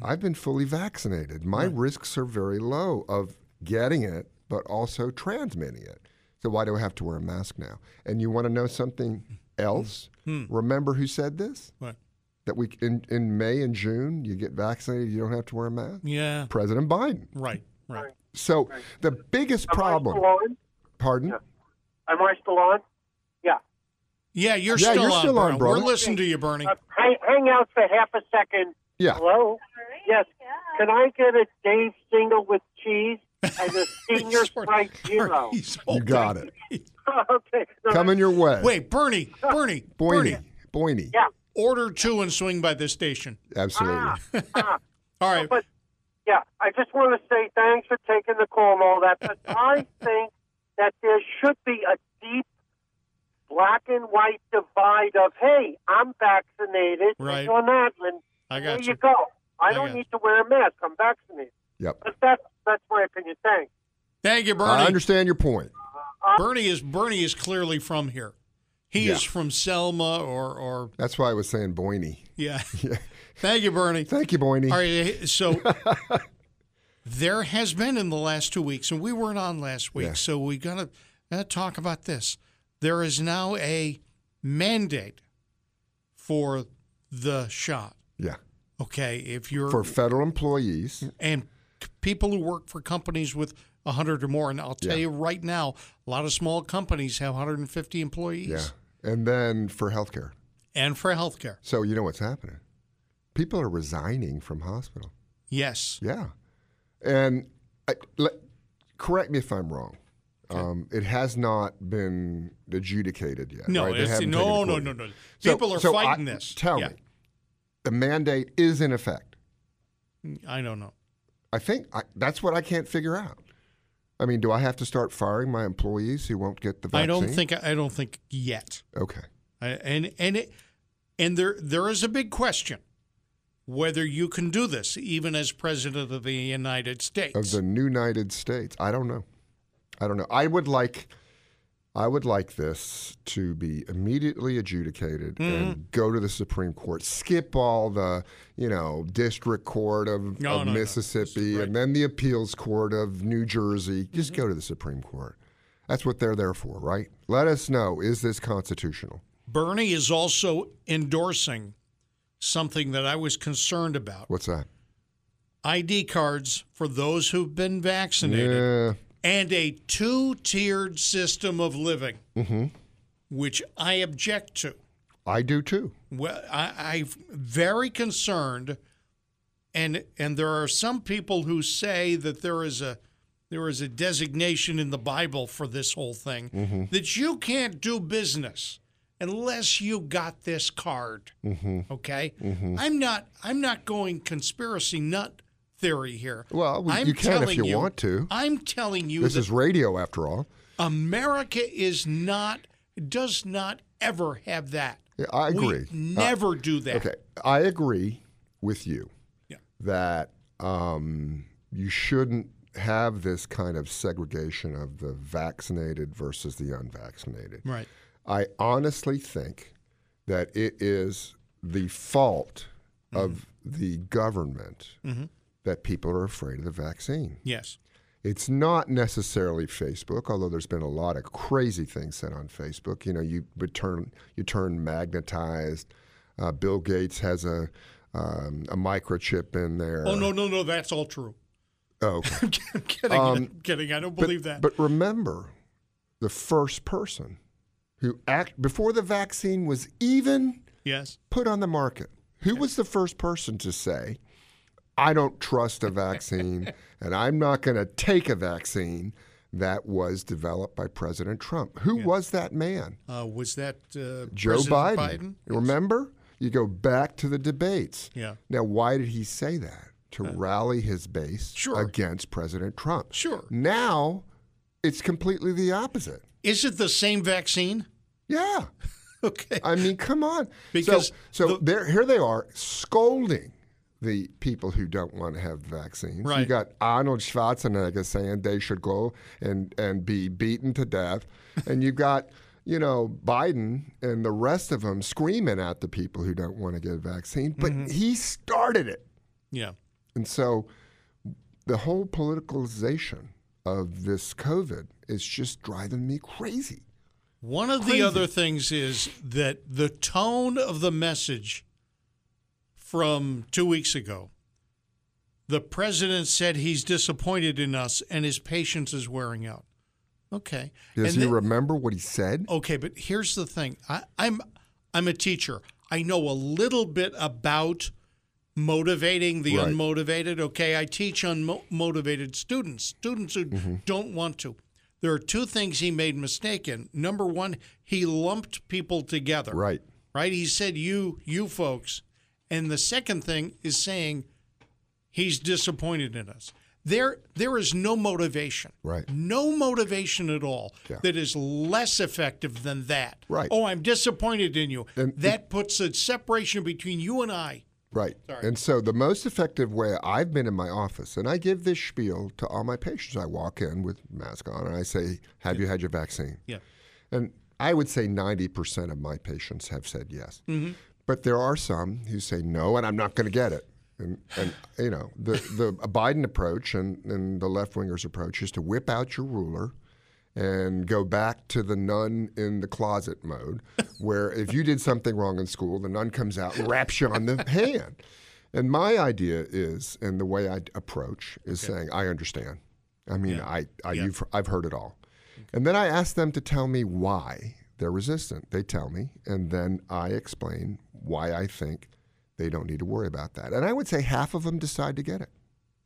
I've been fully vaccinated. My risks are very low of getting it, but also transmitting it. So why do I have to wear a mask now?" And you want to know something else? Remember who said this? Hmm. What? That we in, in May and June you get vaccinated, you don't have to wear a mask. Yeah. President Biden. Right. Right. So the biggest Am I problem. still on? Pardon? Yeah. Am I still on? Yeah. Yeah, you're Yeah, still you're on, still on, Bernie. brother. We're listening to you, Bernie. Uh, hang, hang out for half a second. Yeah. Hello? Yes. Can I get a Dave single with cheese and a senior Sprite Zero? Bernie's You okay. got it. okay. No, Coming your way. Wait, Bernie, Bernie, Bernie. Boyne. Boyne. Yeah. Order two and swing by this station. Absolutely. Ah, All right. But yeah, I just want to say thanks for taking the call and all that. But I think that there should be a deep black and white divide of hey, I'm vaccinated, and Right. you're not, and I there got you you. go. I, I don't got need to wear a mask. I'm vaccinated. Yep. But that's that's my opinion. Thanks. Thank you, I Bernie. understand your point. Bernie is Bernie is clearly from here. He Yeah. is from Selma or or That's why I was saying Boyne. yeah. Yeah. Thank you, Bernie. Thank you, Boyne. All right, eh, so there has been in the last two weeks, and we weren't on last week, Yeah. so we got to uh, talk about this. There is now a mandate for the shot. Yeah. Okay, if you're For federal employees, and c- people who work for companies with 100 or more, and I'll tell Yeah. you right now, a lot of small companies have 150 employees, yeah, and then for healthcare. and for healthcare, So you know what's happening? People are resigning from hospital. yes, Yeah, and I, le- correct me if I'm wrong. Um, it has not been adjudicated yet. no, right? They it's, haven't no, taken a no, vote no, yet. no, So- People are so I- fighting this. Tell Yeah. me, the mandate is in effect. I don't know. I think I, that's what I can't figure out. I mean, do I have to start firing my employees who won't get the vaccine? I don't think. I don't think yet. Okay. I, and and it, and there there is a big question whether you can do this, even as president of the United States. of the new United States. I don't know. I don't know. I would like I would like this to be immediately adjudicated Hmm. and go to the Supreme Court. Skip all the, you know, district court of, No, of no, no. Mississippi and then the appeals court of New Jersey. Just Mm-hmm. go to the Supreme Court. That's what they're there for, right? Let us know is this constitutional? Bernie is also endorsing something that I was concerned about: What's that? ID cards for those who've been vaccinated. Yeah. and a two tiered system of living, which I object to. mm-hmm. I do too. Well, I, I'm very concerned, and and there are some people who say that there is a there is a designation in the Bible for this whole thing Mm-hmm. that you can't do business unless you got this card. Mm-hmm. Okay, I'm not I'm not going conspiracy nut theory here. Well, I'm you can if telling you want to. I'm telling you This that is radio after all. America is not does not ever have that. Yeah, I agree. Uh, We never do that. Okay, I agree with you Yeah. that um, you shouldn't have this kind of segregation of the vaccinated versus the unvaccinated. Right. I honestly think that it is the fault Mm-hmm. of the government that people are afraid of the vaccine. Yes. It's not necessarily Facebook, although there's been a lot of crazy things said on Facebook. You know, you return, you turn magnetized. Uh, Bill Gates has a um, a microchip in there. Oh no, no, no. That's all true. Oh, okay. Um, I'm kidding. I'm kidding. I'm kidding. I don't believe but, that. But remember, the first person who act before the vaccine was even yes. put on the market. Who was the first person to say, I don't trust a vaccine and I'm not going to take a vaccine that was developed by President Trump? Who was that man? Uh, was that uh, Joe President Biden. Remember? You go back to the debates. Yeah. Uh, Now, why did he say that? To rally his base Sure. against President Trump. Sure. Now, it's completely the opposite. Is it the same vaccine? Yeah. Okay. I mean, come on. Because so, so the- there, here they are scolding the people who don't want to have vaccines. You Right. got Arnold Schwarzenegger saying they should go and and be beaten to death, and you've got you know Biden and the rest of them screaming at the people who don't want to get a vaccine. But Mm-hmm. he started it, Yeah. and so the whole politicalization of this COVID is just driving me crazy. One of Crazy. the other things is that the tone of the message from two weeks ago, the president said he's disappointed in us and his patience is wearing out. Okay. Does And he the- Oh, remember what he said? okay, but here's the thing. I, I'm I'm a teacher. I know a little bit about motivating the Right. unmotivated. Okay, I teach unmotivated students, students who Mm-hmm. don't want to. There are two things he made mistake in. Number one, he lumped people together. Right. Right? He said you you folks. And the second thing is saying he's disappointed in us. There there is no motivation. Right. No motivation at all Yeah. that is less effective than that. Right. Oh, I'm disappointed in you. And that puts a separation between you and I. Right. And so the most effective way I've been in my office, and I give this spiel to all my patients. I walk in with mask on and I say, "Have you had your vaccine?" Yeah. And I would say 90% of my patients have said yes. Mm-hmm. But there are some who say no, and I'm not going to get it. And, and you know the the Biden approach and, and the left wingers approach is to whip out your ruler and go back to the nun in the closet mode, where if you did something wrong in school, the nun comes out and raps you on the hand. And my idea is, and the way I approach is saying, I understand. I mean, I, I you've, I've heard it all. And then I ask them to tell me why they're resistant. They tell me, and then I explain why I think they don't need to worry about that. And I would say half of them decide to get it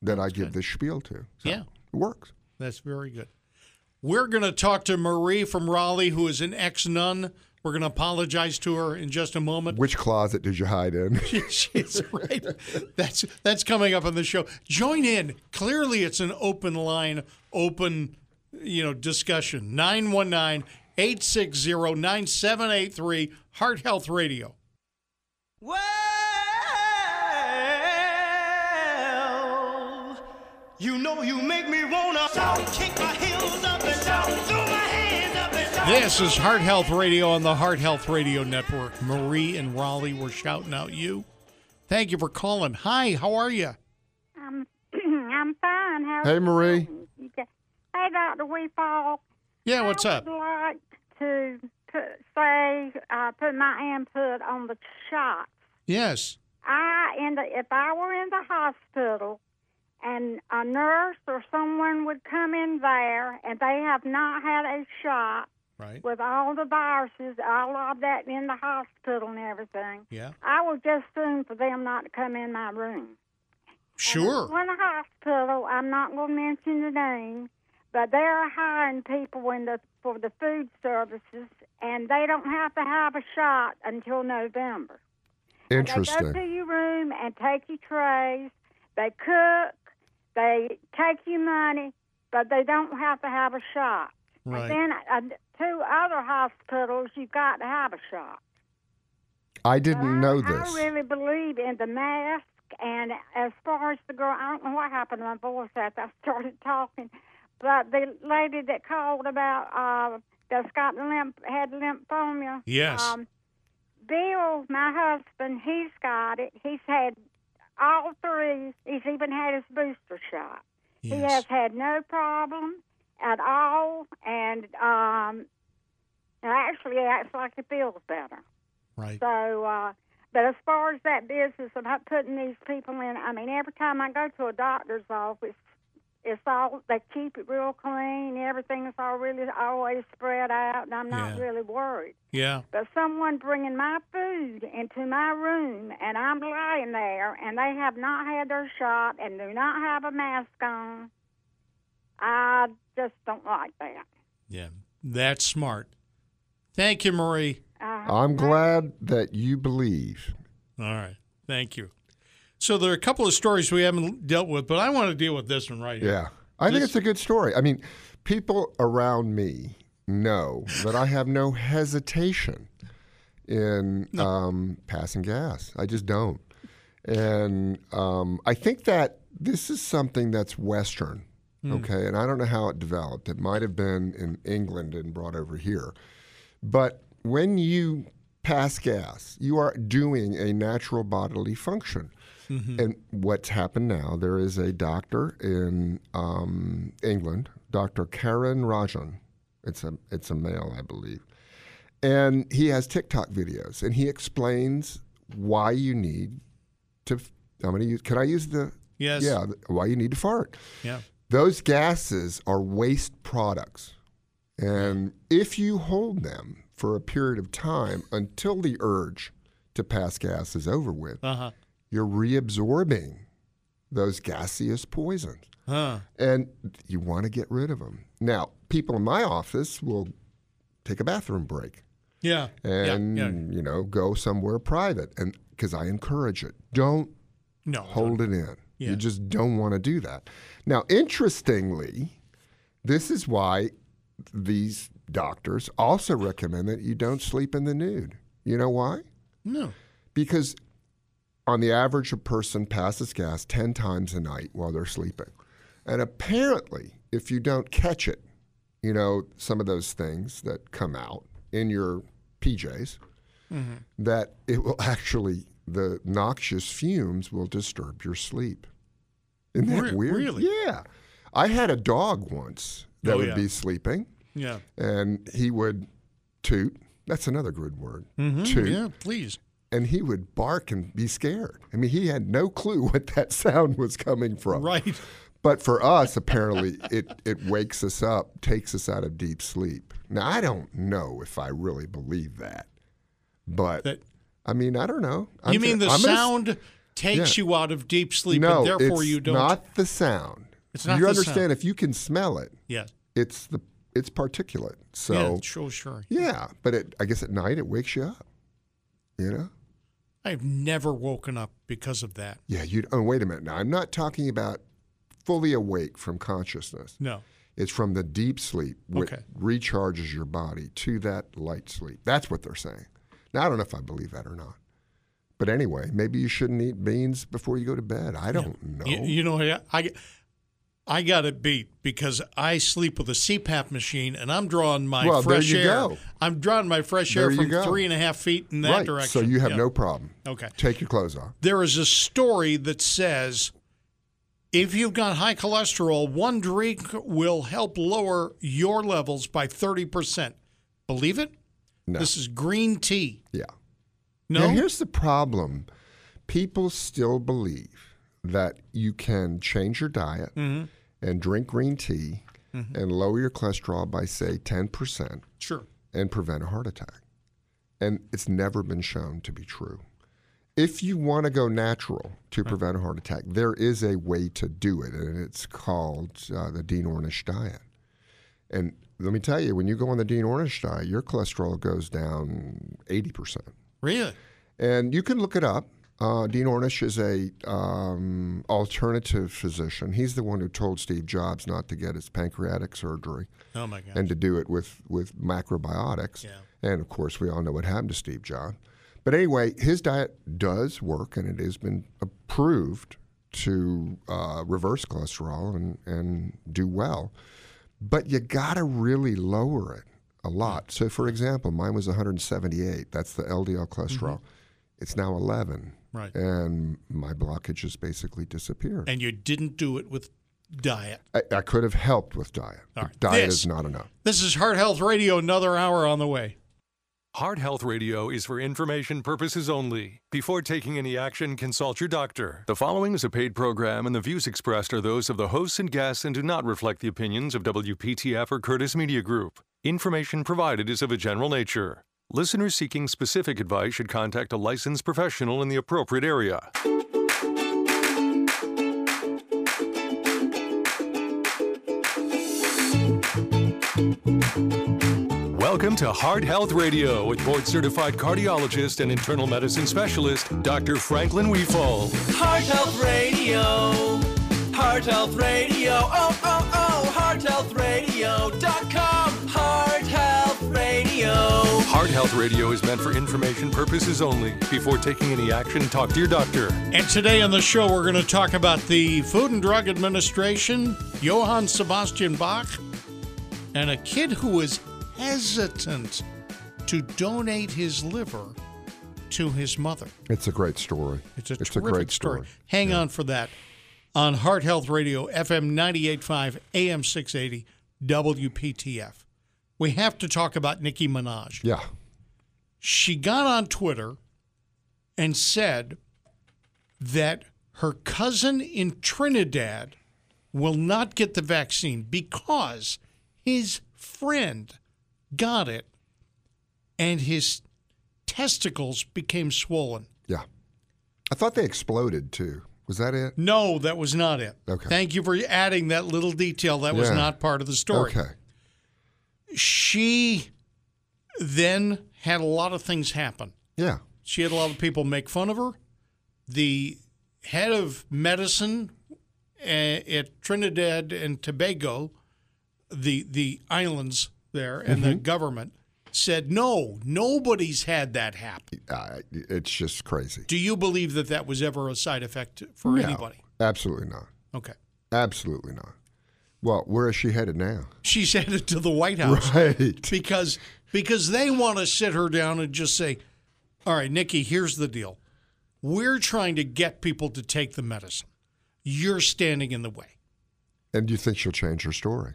that I give this spiel to. So Yeah. It works. That's very good. We're going to talk to Marie from Raleigh, who is an ex nun. We're going to apologize to her in just a moment. Which closet did you hide in? She's right. That's that's coming up on the show. Join in. Clearly, it's an open line, open, you know, discussion. 919-860-9783, Heart Health Radio. Well, you know you make me wanna shout, kick my heels up and shout, throw my hands up and shout. This is Heart Health Radio on the Heart Health Radio Network. Marie and Raleigh, we're shouting out you. Thank you for calling. Hi, how are you? I'm, Um, I'm fine. How Hey, Marie. you got- Hey, Dr. Weefall. Yeah, what's I up? would like to put, say, uh, put my input on the shots. Yes. I in the if I were in the hospital and a nurse or someone would come in there and they have not had a shot Right. with all the viruses, all of that in the hospital and everything, Yeah. I would just soon for them not to come in my room. Sure. One hospital, I'm not going to mention the name, but they're hiring people in the for the food services, and they don't have to have a shot until November. They go to Interesting. your room and take your trays. They cook. They take your money, but they don't have to have a shot. And Right. then uh, two other hospitals, you've got to have a shot. I didn't know Uh, I- this. I really believe in the mask. And as far as the girl, I don't know what happened to my voice after I started talking, but the lady that called about uh, that's got lymph had lymphoma. Yes. Um, Bill, my husband, he's got it. He's had all three. He's even had his booster shot. He Yes. has had no problem at all, and um, actually acts like he feels better. Right. So, uh, but as far as that business about putting these people in, I mean, every time I go to a doctor's office, it's all they keep it real clean. Everything is all really always spread out, and I'm not Yeah. really worried. Yeah. But someone bringing my food into my room, and I'm lying there, and they have not had their shot and do not have a mask on. I just don't like that. Yeah. That's smart. Thank you, Marie. Uh, I'm glad that you believe. All right. Thank you. So there are a couple of stories we haven't dealt with, but I want to deal with this one right here. Yeah. I think This- it's a good story. I mean, people around me know that I have no hesitation in um, passing gas. I just don't. And um, I think that this is something that's Western, okay? And I don't know how it developed. It might have been in England and brought over here. But when you pass gas, you are doing a natural bodily function. And what's happened now, there is a doctor in um, England, Dr. Karen Rajan. It's a, it's a male, I believe. And he has TikTok videos and he explains why you need to. f- I'm going to use, can I use the? Yes. Yeah, th- why you need to fart. Yeah. Those gases are waste products. And if you hold them for a period of time until the urge to pass gas is over with, Uh huh. you're reabsorbing those gaseous poisons. Huh. And you want to get rid of them. Now, people in my office will take a bathroom break Yeah. and, yeah. yeah. you know, go somewhere private. And because I encourage it, don't No. hold it in. Yeah. You just don't want to do that. Now, interestingly, this is why these doctors also recommend that you don't sleep in the nude. You know why? No. Because on the average, a person passes gas 10 times a night while they're sleeping. And apparently, if you don't catch it, you know, some of those things that come out in your PJs, Mm-hmm. that it will actually the noxious fumes will disturb your sleep. Isn't that Re- weird? really? Yeah. I had a dog once that Oh, would yeah. be sleeping Yeah. and he would toot. That's another good word. toot. Mm-hmm, Yeah, please. And he would bark and be scared. I mean, he had no clue what that sound was coming from. Right. But for us, apparently, it, it wakes us up, takes us out of deep sleep. Now, I don't know if I really believe that, but That- I mean, I don't know. I'm you mean ju- the I'm gonna s- sound takes Yeah. you out of deep sleep no, and therefore it's you don't Not the sound. It's not You the understand sound. if you can smell it, Yeah. it's the it's particulate. So yeah, sure, sure. yeah, but it, I guess at night it wakes you up. You know? I've never woken up because of that. Yeah. You. Oh, wait a minute. Now I'm not talking about fully awake from consciousness. No. It's from the deep sleep, which Okay. recharges your body to that light sleep. That's what they're saying. Now I don't know if I believe that or not. But anyway, maybe you shouldn't eat beans before you go to bed. I don't know. You, you know, I, I, I got it beat because I sleep with a CPAP machine and I'm drawing my Well, there fresh you air. go. I'm drawing my fresh There air you from go. three and a half feet in that right. direction. So you have Yeah. no problem. Okay. Take your clothes off. There is a story that says if you've got high cholesterol, one drink will help lower your levels by 30%. Believe it? No. This is green tea. yeah. No? Now here's the problem. People still believe that you can change your diet Mm-hmm. and drink green tea Mm-hmm. and lower your cholesterol by say 10%. sure. and prevent a heart attack. And it's never been shown to be true. If you want to go natural to prevent a heart attack, there is a way to do it, and it's called uh, the Dean Ornish diet. And let me tell you, when you go on the Dean Ornish diet, your cholesterol goes down 80%. Really? And you can look it up. Uh, Dean Ornish is a um, alternative physician. He's the one who told Steve Jobs not to get his pancreatic surgery Oh, my God. and to do it with with macrobiotics. Yeah. And of course, we all know what happened to Steve Jobs. But anyway, his diet does work, and it has been approved to uh, reverse cholesterol and and do well. But you gotta really lower it a lot. So, for example, mine was 178. That's the LDL cholesterol. It's now 11. Mm-hmm. Right. And my blockage has basically disappeared. And you didn't do it with diet. I, I could have helped with diet. All but right. Diet This- is not enough. This is Heart Health Radio, another hour on the way. Heart Health Radio is for information purposes only. Before taking any action, consult your doctor. The following is a paid program, and the views expressed are those of the hosts and guests and do not reflect the opinions of WPTF or Curtis Media Group. Information provided is of a general nature. Listeners seeking specific advice should contact a licensed professional in the appropriate area. Welcome to Heart Health Radio with board certified cardiologist and internal medicine specialist, Dr. Franklin Weefall. Heart Health Radio. Heart Health Radio. Oh, oh, oh. HeartHealthRadio.com. Heart Health Radio. Heart Health Radio is meant for information purposes only. Before taking any action, talk to your doctor. And today on the show, we're going to talk about the Food and Drug Administration, Johann Sebastian Bach, and a kid who was hesitant to donate his liver to his mother. It's a great story. It's a terrific great story. Hang on for that on Heart Health Radio, FM 98.5, AM 680, WPTF. We have to talk about Nicki Minaj. Yeah. she got on Twitter and said that her cousin in Trinidad will not get the vaccine because his friend got it and his testicles became swollen. Yeah. I thought they exploded too. Was that it? No, that was not it. Okay. Thank you for adding that little detail. That was Yeah. not part of the story. Okay. She then had a lot of things happen. Yeah. She had a lot of people make fun of her. The head of medicine a- at Trinidad and Tobago, the the islands there, and Mm-hmm. the government said, "No, nobody's had that happen." Uh, it's just crazy. Do you believe that that was ever a side effect for No. anybody? Absolutely not. Okay. Absolutely not. Well, where is she headed now? She's headed to the White House Right. because because they want to sit her down and just say, All right, Nikki, here's the deal. We're trying to get people to take the medicine. You're standing in the way. And do you think she'll change her story?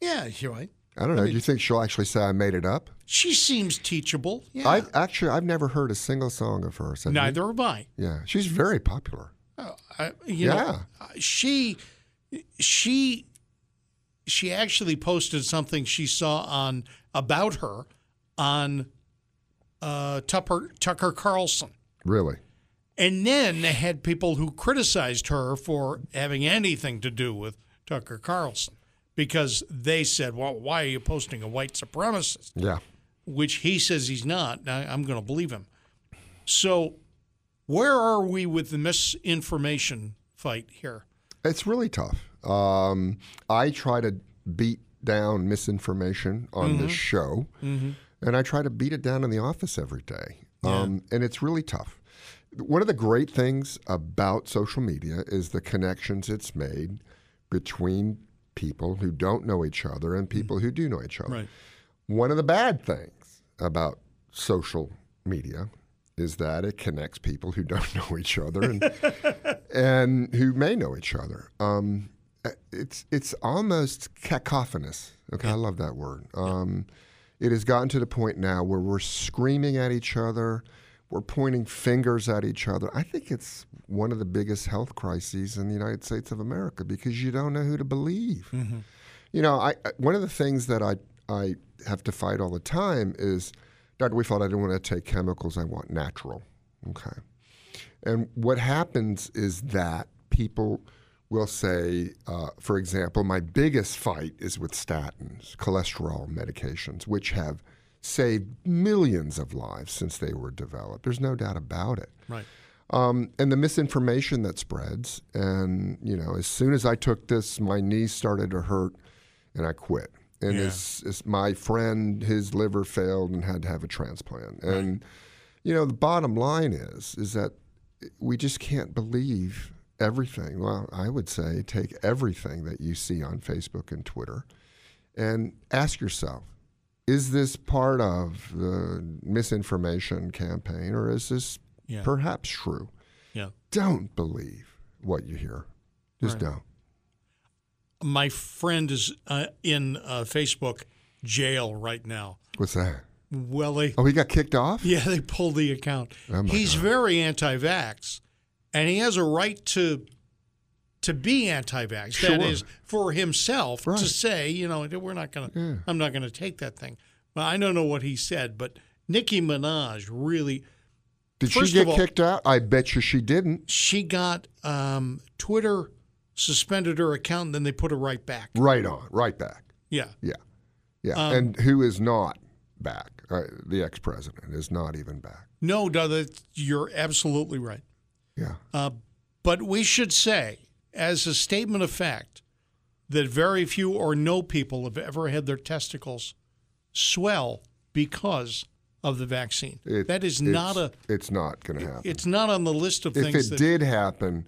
Yeah, you're right. I don't know. do you think she'll actually say I made it up? She seems teachable. Yeah. I actually I've never heard a single song of hers. Have you? Neither have I. Yeah, she's very popular. Oh, I you know, uh, Yeah. she she she actually posted something she saw on about her on uh, Tucker Tucker Carlson, Really. and then they had people who criticized her for having anything to do with Tucker Carlson because they said, "Well, why are you posting a white supremacist?" Yeah. Which he says he's not. Now I'm going to believe him. So, where are we with the misinformation fight here? It's really tough. Um, I try to beat down misinformation on this Mm-hmm. show, and I try to beat it down in the office every day. Um, and it's really tough. One of the great things about social media is the connections it's made between people who don't know each other and people who do know each other. Right. One of the bad things about social media is that it connects people who don't know each other and, and who may know each other. Um, it's it's almost cacophonous. Okay, I love that word. Um, It has gotten to the point now where we're screaming at each other, we're pointing fingers at each other. I think it's one of the biggest health crises in the United States of America because you don't know who to believe. Mm-hmm. Mm-hmm. You know, I I- one of the things that I I have to fight all the time is, Doctor, we thought I didn't want to take chemicals. I want natural. Okay. And what happens is that people will say, uh, for example, my biggest fight is with statins, cholesterol medications, which have saved millions of lives since they were developed. There's no doubt about it. Right. Um, and the misinformation that spreads. And, you know, as soon as I took this, my knees started to hurt and I quit. And Yeah. as, as my friend, his liver failed and had to have a transplant. And, you know, the bottom line is, is that we just can't believe everything. Well, I would say take everything that you see on Facebook and Twitter and ask yourself, is this part of the misinformation campaign or is this Yeah. perhaps true? Yeah. Don't believe what you hear. Just don't. my friend is uh, in uh, Facebook jail right now. What's that? Well, they, Oh, he got kicked off? yeah, they pulled the account. Oh, my He's very anti-vax, and he has a right to to be anti-vax. Sure. That is for himself Right. to say, you know, we're not gonna, Yeah. I'm not gonna take that thing. Well, I don't know what he said, but Nicki Minaj really, Did First she get of all- kicked out? I bet you she didn't. she got um, Twitter suspended her account, and then they put her right back. Right on, right back. Yeah, Um, Yeah. Yeah. and who is not back? Uh, the ex president is not even back. no, no, that you're absolutely right. Uh, Yeah. But we should say, as a statement of fact, that very few or no people have ever had their testicles swell because of the vaccine. It- that is it's- not a. It's not going to happen. It's not on the list of if things it that did happen,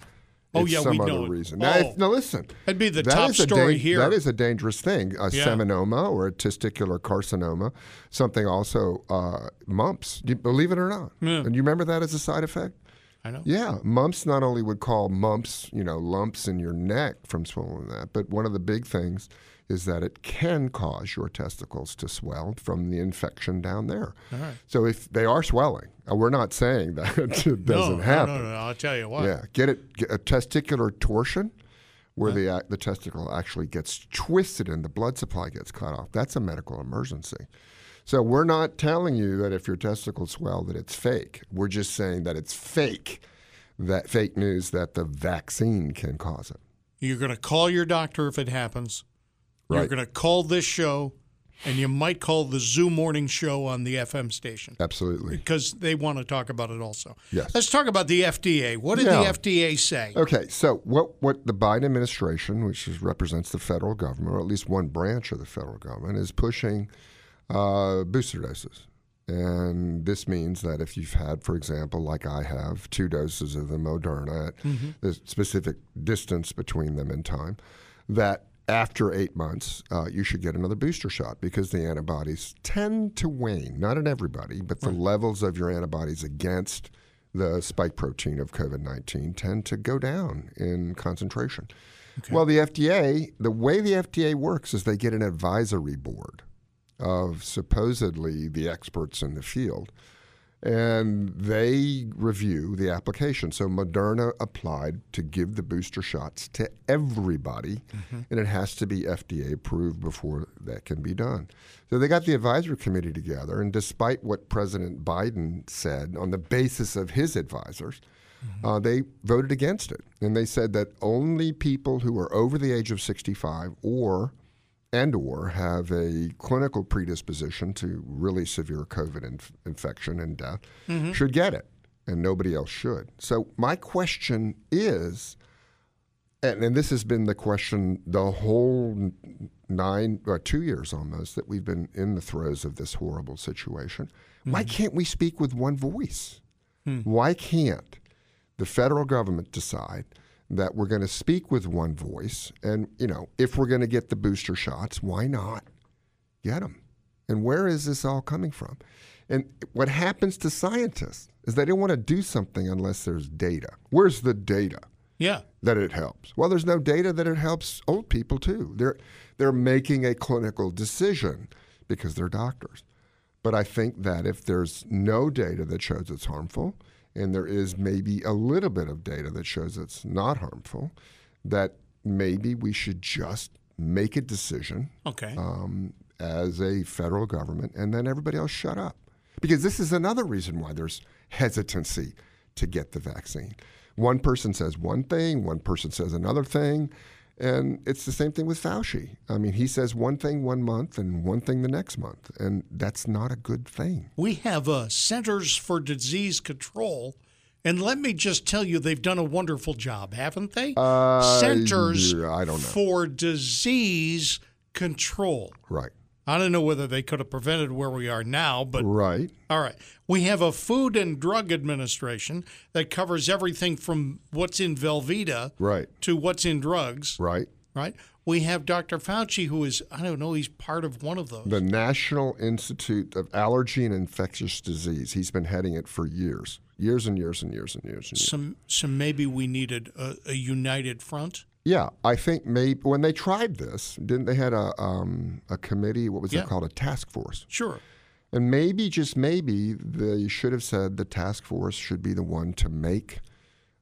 Oh, it's yeah, some we other know it. reason. Now, Oh. if, now listen, That'd be the that top is a story dan- here. That is a dangerous thing: a Yeah. seminoma or a testicular carcinoma, something also uh, mumps. You, believe it or not, and you remember that as a side effect. Mm. I know. Yeah, mumps not only would call mumps, you know, lumps in your neck from swallowing that, but one of the big things is that it can cause your testicles to swell from the infection down there. All right. So if they are swelling, uh, we're not saying that it doesn't no, no, happen. No, no, no. I'll tell you what. Yeah, get it get a testicular torsion, where the ac- the testicle actually gets twisted and the blood supply gets cut off. That's a medical emergency. So we're not telling you that if your testicles swell that it's fake. We're just saying that it's fake, that fake news that the vaccine can cause it. You're going to call your doctor if it happens. You're Right. going to call this show, and you might call the Zoo Morning Show on the FM station. Absolutely. Because they want to talk about it also. Yes. Let's talk about the FDA. What did Yeah. the FDA say? Okay, so what, what the Biden administration, which is, represents the federal government, or at least one branch of the federal government, is pushing uh, booster doses. And this means that if you've had, for example, like I have, two doses of the Moderna at a specific distance between them in time, that after eight months, uh, you should get another booster shot because the antibodies tend to wane. Not in everybody, but the levels of your antibodies against the spike protein of COVID 19 tend to go down in concentration. Well, the FDA, the way the FDA works is they get an advisory board of supposedly the experts in the field and they review the application. So Moderna applied to give the booster shots to everybody, and it has to be FDA approved before that can be done. So they got the advisory committee together, and despite what President Biden said on the basis of his advisors, uh, they voted against it, and they said that only people who are over the age of 65 or and or have a clinical predisposition to really severe COVID inf- infection and death should get it, and nobody else should. So my question is, and, and this has been the question the whole n- nine or two years almost that we've been in the throes of this horrible situation. Why can't we speak with one voice? Why can't the federal government decide that we're going to speak with one voice? And, you know, if we're going to get the booster shots, why not get them? And where is this all coming from? And what happens to scientists is they don't want to do something unless there's data. Where's the data? Yeah. that it helps. Well, there's no data that it helps old people too. They're they're making a clinical decision because they're doctors. But I think that if there's no data that shows it's harmful, and there is maybe a little bit of data that shows it's not harmful, that maybe we should just make a decision Okay. um, as a federal government, and then everybody else shut up. Because this is another reason why there's hesitancy to get the vaccine. One person says one thing, one person says another thing, and it's the same thing with Fauci. I mean, he says one thing one month and one thing the next month, and that's not a good thing. we have uh, Centers for Disease Control, and let me just tell you, they've done a wonderful job, haven't they? Centers Uh, yeah, I don't know. for Disease Control. Right. I don't know whether they could have prevented where we are now, but Right. all right. We have a Food and Drug Administration that covers everything from what's in Velveeta Right. to what's in drugs, Right. right? We have Dr. Fauci, who is, I don't know, he's part of one of those. The National Institute of Allergy and Infectious Disease. He's been heading it for years, years and years and years and years and years. some, so maybe we needed a, a united front. Yeah, I think maybe when they tried this, didn't they had a um, a committee? What was Yeah. it called? A task force. Sure. And maybe just maybe they should have said the task force should be the one to make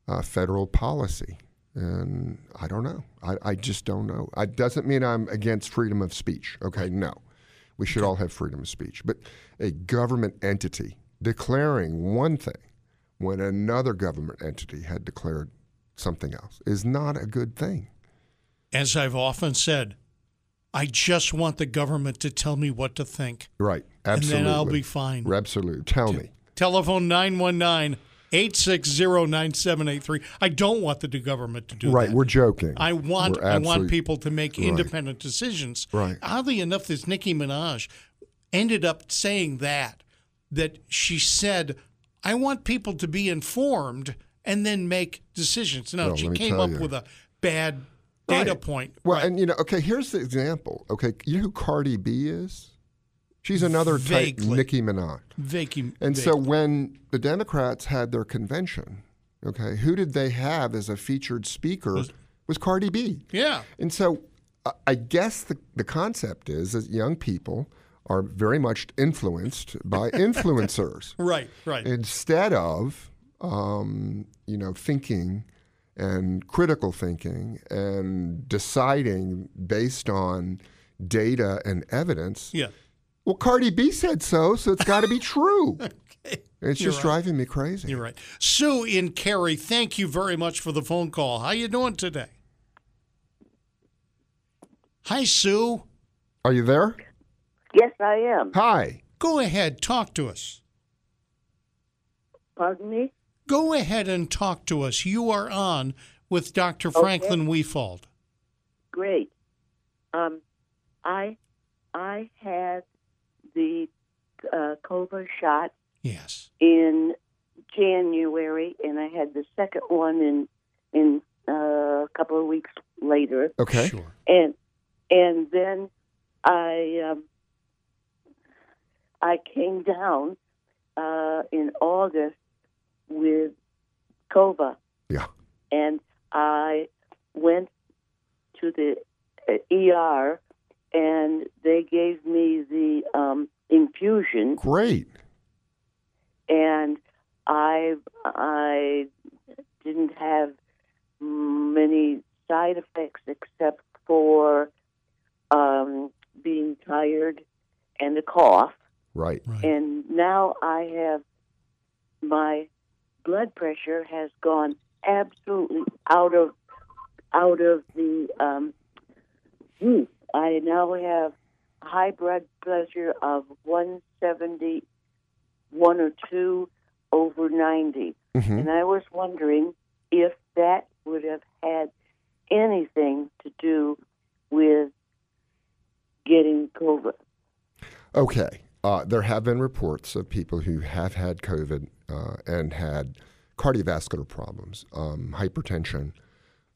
uh, federal policy. And I don't know. I, I just don't know. It doesn't mean I'm against freedom of speech. Okay, no, we should all have freedom of speech. But a government entity declaring one thing when another government entity had declared something else is not a good thing. As I've often said, I just want the government to tell me what to think. Right. And Absolutely. then I'll be fine. Absolutely. Tell me. Telephone 919 860 9783. I don't want the government to do Right. that. We're joking. I want We're I want absolute- people to make Right. independent decisions. Right. Oddly enough, this Nicki Minaj ended up saying that that she said, "I want people to be informed and then make decisions." Now Well, she let me came tell up you. with a bad data Right. point. Well, Right. and you know, okay, here's the example. Okay, you know who Cardi B is? She's another type Vaguely. Nicki Minaj. Vacuum. And vac- so when the Democrats had their convention, okay, who did they have as a featured speaker? Was, Cardi B. yeah, And so I- I guess the, the concept is that young people are very much influenced by influencers right, right. instead of um, you know thinking and critical thinking and deciding based on data and evidence. yeah. Well, Cardi B said so, so it's got to be true. It's just driving me crazy. You're right. Sue in Cary, thank you very much for the phone call. How you doing today? Hi, Sue. Are you there? Yes, I am. Hi. Go ahead, talk to us. Pardon me? Go ahead and talk to us. You are on with Dr. Franklin Weefald. Great. Um, I I had the uh, COVID shot Yes. in January, and I had the second one in in uh, a couple of weeks later. Okay. Sure. And and then I um, I came down uh, in August with Kova. Yeah. And I went to the uh, ER, and they gave me the um, infusion Great. and I I didn't have many side effects except for um, being tired and a cough. Right. Right. And now I have my blood pressure has gone absolutely out of out of the um, Mm-hmm. roof. I now have high blood pressure of 170 one or two over 90. hmm And I was wondering if that would have had anything to do with getting COVID. Okay. Uh, there have been reports of people who have had COVID uh, and had cardiovascular problems, um, hypertension,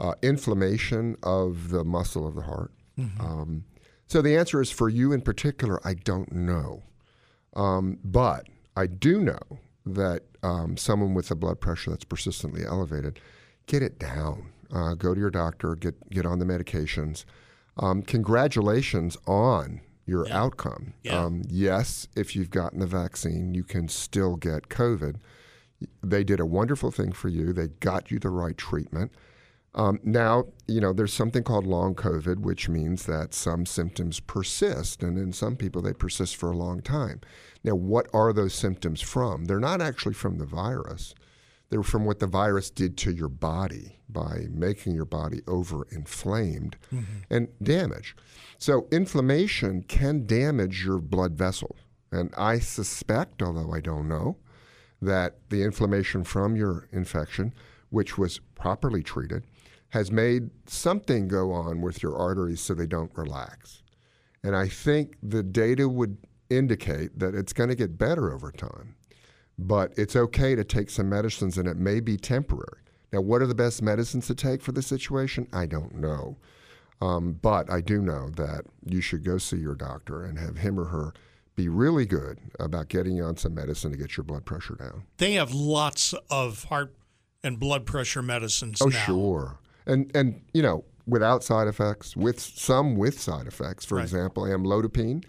uh, inflammation of the muscle of the heart. Mm-hmm. Um, so the answer is for you in particular, I don't know. Um, but I do know that um, someone with a blood pressure that's persistently elevated, get it down. Uh, go to your doctor, get, get on the medications. Um, congratulations on your outcome. Yeah. Um, yes, if you've gotten the vaccine, you can still get COVID. They did a wonderful thing for you, they got you the right treatment. Um, now, you know, there's something called long COVID, which means that some symptoms persist, and in some people, they persist for a long time. Now, what are those symptoms from? They're not actually from the virus, they're from what the virus did to your body by making your body over inflamed and damage. So, inflammation can damage your blood vessel. And I suspect, although I don't know, that the inflammation from your infection, which was properly treated, has made something go on with your arteries so they don't relax. And I think the data would indicate that it's going to get better over time. But it's okay to take some medicines and it may be temporary. Now, what are the best medicines to take for this situation? I don't know. Um, but I do know that you should go see your doctor and have him or her be really good about getting you on some medicine to get your blood pressure down. They have lots of heart and blood pressure medicines Oh, now. sure. And and you know, without side effects, with some with side effects. For Right. example, amlodipine,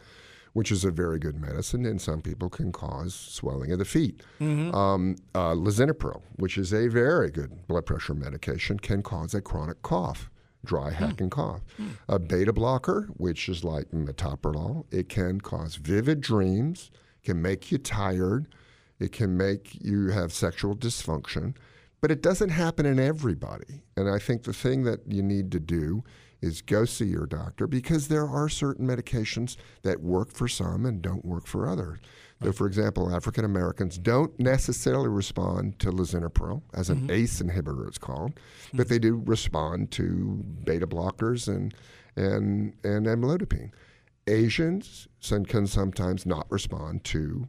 which is a very good medicine, and some people can cause swelling of the feet. Mm-hmm. Hmm. Um, uh, lisinopril, which is a very good blood pressure medication, can cause a chronic cough. Dry Hmm. hack and cough. A beta blocker, which is like metoprolol, it can cause vivid dreams, can make you tired, it can make you have sexual dysfunction, but it doesn't happen in everybody. And I think the thing that you need to do is go see your doctor because there are certain medications that work for some and don't work for others. So, for example, African Americans don't necessarily respond to lisinopril as an ACE inhibitor, it's called, but they do respond to beta blockers and and and amlodipine. Asians some- can sometimes not respond to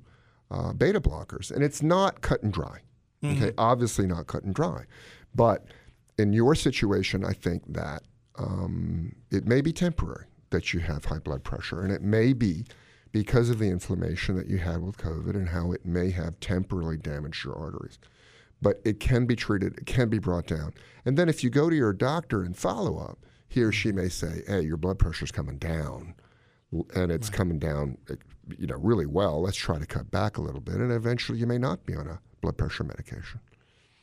uh, beta blockers. And it's not cut and dry. Mm-hmm. Okay, obviously not cut and dry. But in your situation, I think that um, it may be temporary that you have high blood pressure, and it may be because of the inflammation that you had with COVID and how it may have temporarily damaged your arteries. But it can be treated, it can be brought down. And then if you go to your doctor and follow up, he or she may say, hey, your blood pressure's coming down and it's coming down, you know, really well. Let's try to cut back a little bit, and eventually you may not be on a blood pressure medication.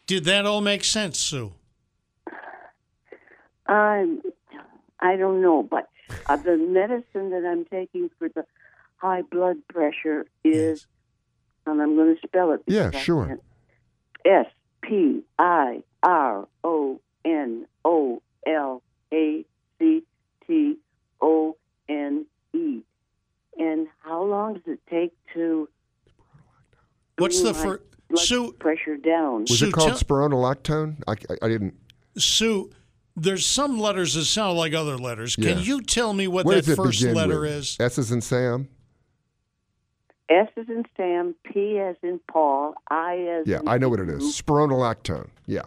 Did that all make sense, Sue? Um, I don't know, but uh, the medicine that I'm taking for the high blood pressure is, and I'm going to spell it. Yeah, because I sure. can't. S P I R O N O L A C T O N E. And how long does it take to What's the bring my first? blood Sue, pressure down? Was Sue, it called tell- spironolactone? I, I, I didn't. Sue, there's some letters that sound like other letters. Can Yeah. you tell me what What that does it first begin letter with? is? S is in Sam. S as in Sam, P as in Paul, I as Yeah, in I know what it Andrew. is. Spironolactone. Yeah,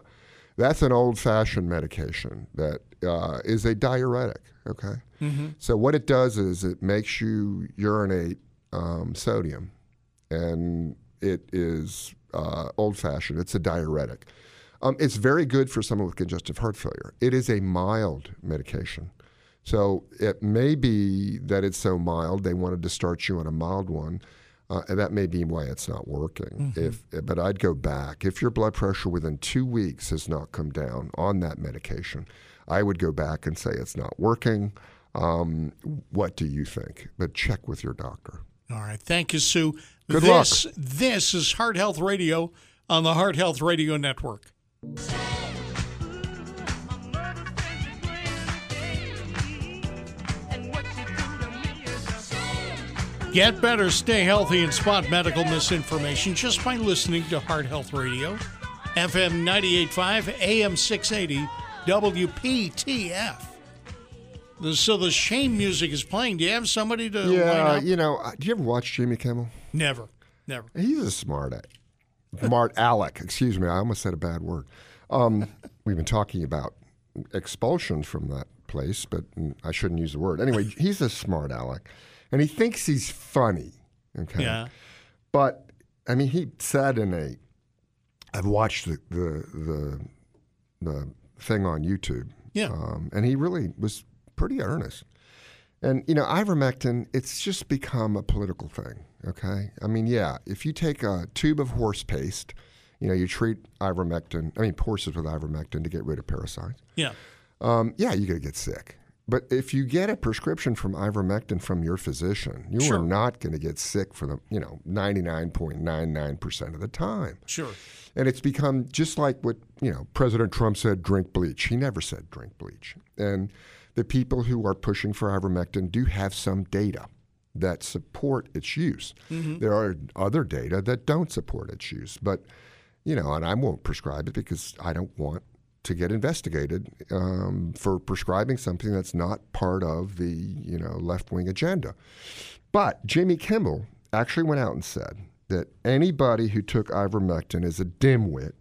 that's an old-fashioned medication that uh, is a diuretic. Okay. Mhm. So what it does is it makes you urinate um, sodium, and it is uh, old-fashioned. It's a diuretic. Um, it's very good for someone with congestive heart failure. It is a mild medication. So it may be that it's so mild they wanted to start you on a mild one, uh, and that may be why it's not working. If, eh, but I'd go back. If your blood pressure within two weeks has not come down on that medication, I would go back and say it's not working. Um, what do you think? But check with your doctor. All right. Thank you, Sue. Good this, This is Heart Health Radio on the Heart Health Radio Network. Get better, stay healthy, and spot medical misinformation just by listening to Heart Health Radio, FM 98.5, AM 680, WPTF. The- So the shame music is playing. Do you have somebody to line yeah, up? you know, I- do you ever watch Jimmy Kimmel? Never, never. He's a smart a- smart Alec. Excuse me, I almost said a bad word. Um, we've been talking about expulsions from that place, but mm, I shouldn't use the word. Anyway, he's a smart Alec, and he thinks he's funny. Okay. Yeah. But I mean, he said in a. I've watched the the the, the thing on YouTube. Yeah. Um, and he really was pretty earnest. And you know, ivermectin, it's just become a political thing. Okay. I mean, yeah, if you take a tube of horse paste, you know, you treat ivermectin. I mean, horses with ivermectin to get rid of parasites. Yeah. Um, yeah, you're going to get sick. But if you get a prescription from ivermectin from your physician, you Sure. are not going to get sick for the, you know, 99.99% of the time. Sure. And it's become just like what, you know, President Trump said, drink bleach. He never said drink bleach. And the people who are pushing for ivermectin do have some data that support its use. Mm-hmm. There are other data that don't support its use. But, you know, and I won't prescribe it because I don't want to get investigated um, for prescribing something that's not part of the, you know, left-wing agenda. But Jimmy Kimmel actually went out and said that anybody who took ivermectin is a dimwit.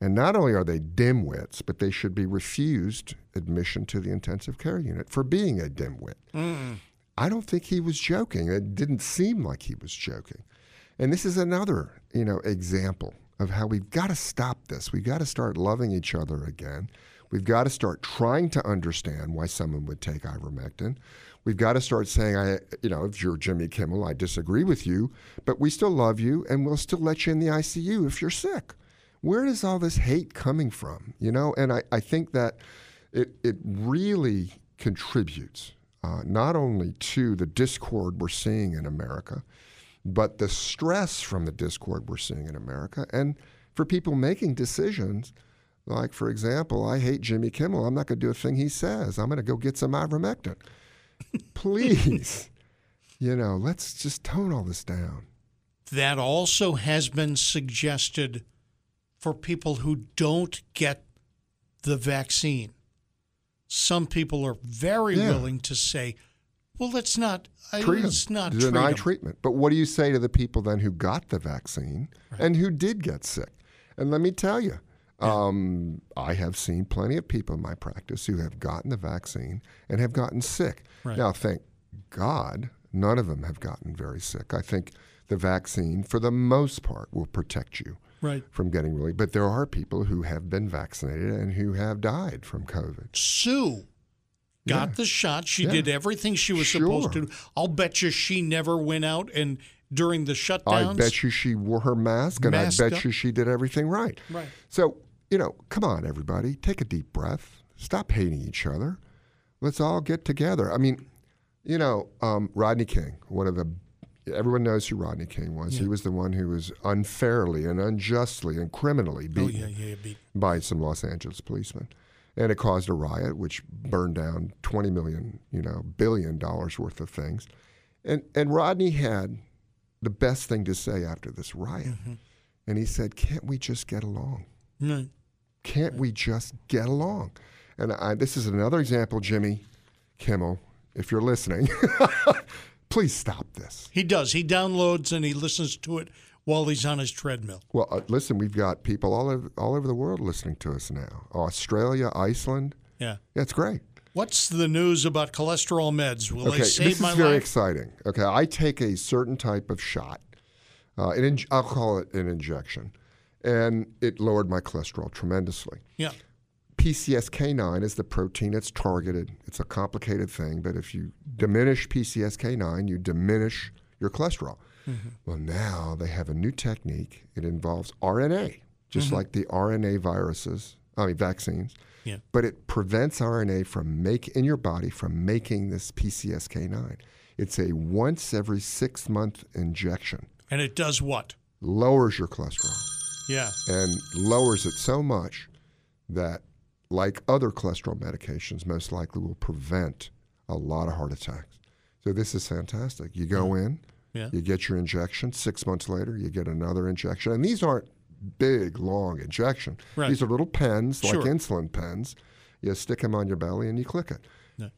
And not only are they dimwits, but they should be refused admission to the intensive care unit for being a dimwit. Mm-hmm. I don't think he was joking. It didn't seem like he was joking. And this is another, you know, example of how we've got to stop this. We've got to start loving each other again. We've got to start trying to understand why someone would take ivermectin. We've got to start saying, I, you know, if you're Jimmy Kimmel, I disagree with you, but we still love you and we'll still let you in the ICU if you're sick. Where is all this hate coming from? You know, and I, I think that it, it really contributes uh, not only to the discord we're seeing in America, but the stress from the discord we're seeing in America. And for people making decisions, like, for example, I hate Jimmy Kimmel. I'm not going to do a thing he says. I'm going to go get some ivermectin. Please, you know, let's just tone all this down. that also has been suggested for people who don't get the vaccine. Some people are very Yeah. willing to say, "Well, let's not. I- treat 'em. let's not treat deny 'em. treatment. But what do you say to the people then who got the vaccine and who did get sick? And let me tell you, um, I have seen plenty of people in my practice who have gotten the vaccine and have gotten sick. Right. Now, thank God, none of them have gotten very sick. I think the vaccine, for the most part, will protect you Right. from getting really. But there are people who have been vaccinated and who have died from COVID. Sue got Yeah. the shot. She Yeah. did everything she was supposed Sure. to. I'll bet you she never went out and during the shutdowns. I bet you she wore her mask, and Masked I bet up. you she did everything right. Right. So, you know, come on, everybody. Take a deep breath. Stop hating each other. Let's all get together. I mean, you know, um, Rodney King, one of the, everyone knows who Rodney King was. He was the one who was unfairly and unjustly and criminally Oh beaten yeah, yeah, be- by some Los Angeles policemen. And it caused a riot, which burned down 20 million, you know, billion dollars worth of things. And, and Rodney had the best thing to say after this riot. And he said, Can't we just get along? no, Can't we just get along? And I, this is another example, Jimmy Kimmel, if you're listening, please stop this. He does. He downloads and he listens to it while he's on his treadmill. Well, uh, listen, we've got people all over, all over the world listening to us now Australia, Iceland. Yeah. That's great. What's the news about cholesterol meds? Will okay, they save this my is very life? exciting. Okay, I take a certain type of shot, uh, an inj- I'll call it an injection, and it lowered my cholesterol tremendously. Yeah. PCSK9 is the protein that's targeted. It's a complicated thing, but if you diminish PCSK9, you diminish your cholesterol. Hmm. Mhm. Mm-hmm. Well, now they have a new technique. It involves RNA, just Mm-hmm. Mhm. like the RNA viruses, I mean vaccines. Yeah. But it prevents RNA from make in your body from making this PCSK9. It's a once every 6 month injection. And it does what? Lowers your cholesterol Yeah. and lowers it so much that, like other cholesterol medications, most likely will prevent a lot of heart attacks. So this is fantastic. You go in, Yeah. you get your injection. Six months later, you get another injection, and these aren't big, long injection. Right. These are little pens, Sure. like insulin pens. You stick them on your belly and you click it. No.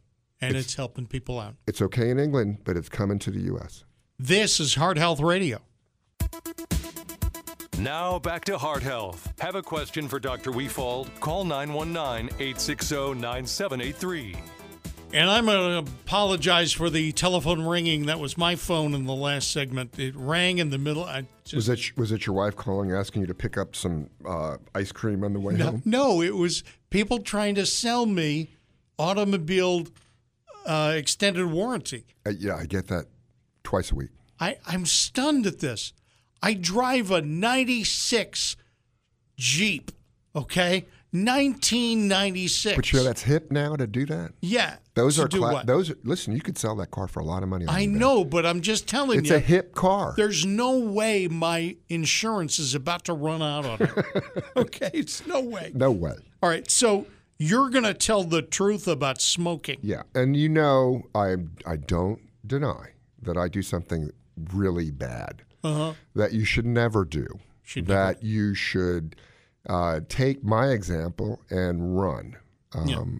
And it's helping people out. It's okay in England, but it's coming to the U.S. This is Heart Health Radio. Now back to heart health. Have a question for Dr. Weefald? Call 919 860 9783. And I'm going to apologize for the telephone ringing. That was my phone in the last segment. It rang in the middle. I Was it was it your wife calling asking you to pick up some uh, ice cream on the way no, home? no, it was people trying to sell me automobile uh, extended warranty. Uh, yeah, I get that twice a week. I, I'm stunned at this. I drive a 96 Jeep, okay? 1996. But you know that's hip now to do that. yeah. Those to are do cla- what? those. Are, listen, you could sell that car for a lot of money. on I eBay. know, but I'm just telling It's you. a hip car. There's no way my insurance is about to run out on it. okay, it's no way. No way. All right, so you're going to tell the truth about smoking. Yeah, and you know I I don't deny that I do something really bad Uh-huh. that you should never do. that you should uh, take my example and run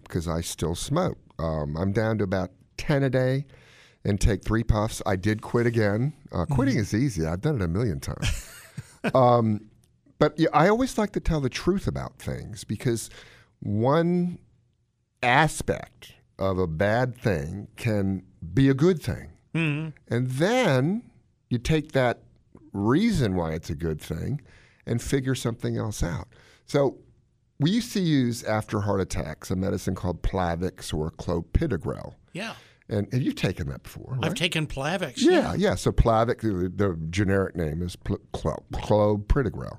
because Yeah. I still smoke. Um, I'm down to about ten a day. And take three puffs. I did quit again. Uh, quitting is easy. I've done it a million times. um, but yeah, I always like to tell the truth about things because one aspect of a bad thing can be a good thing. Mm-hmm. Mhm. And then you take that reason why it's a good thing and figure something else out. So we used to use after heart attacks a medicine called Plavix or clopidogrel. Yeah. And have you taken that before? I've taken Plavix. Yeah, yeah. So Plavix, the, the generic name is Pl- Clo- clopidogrel.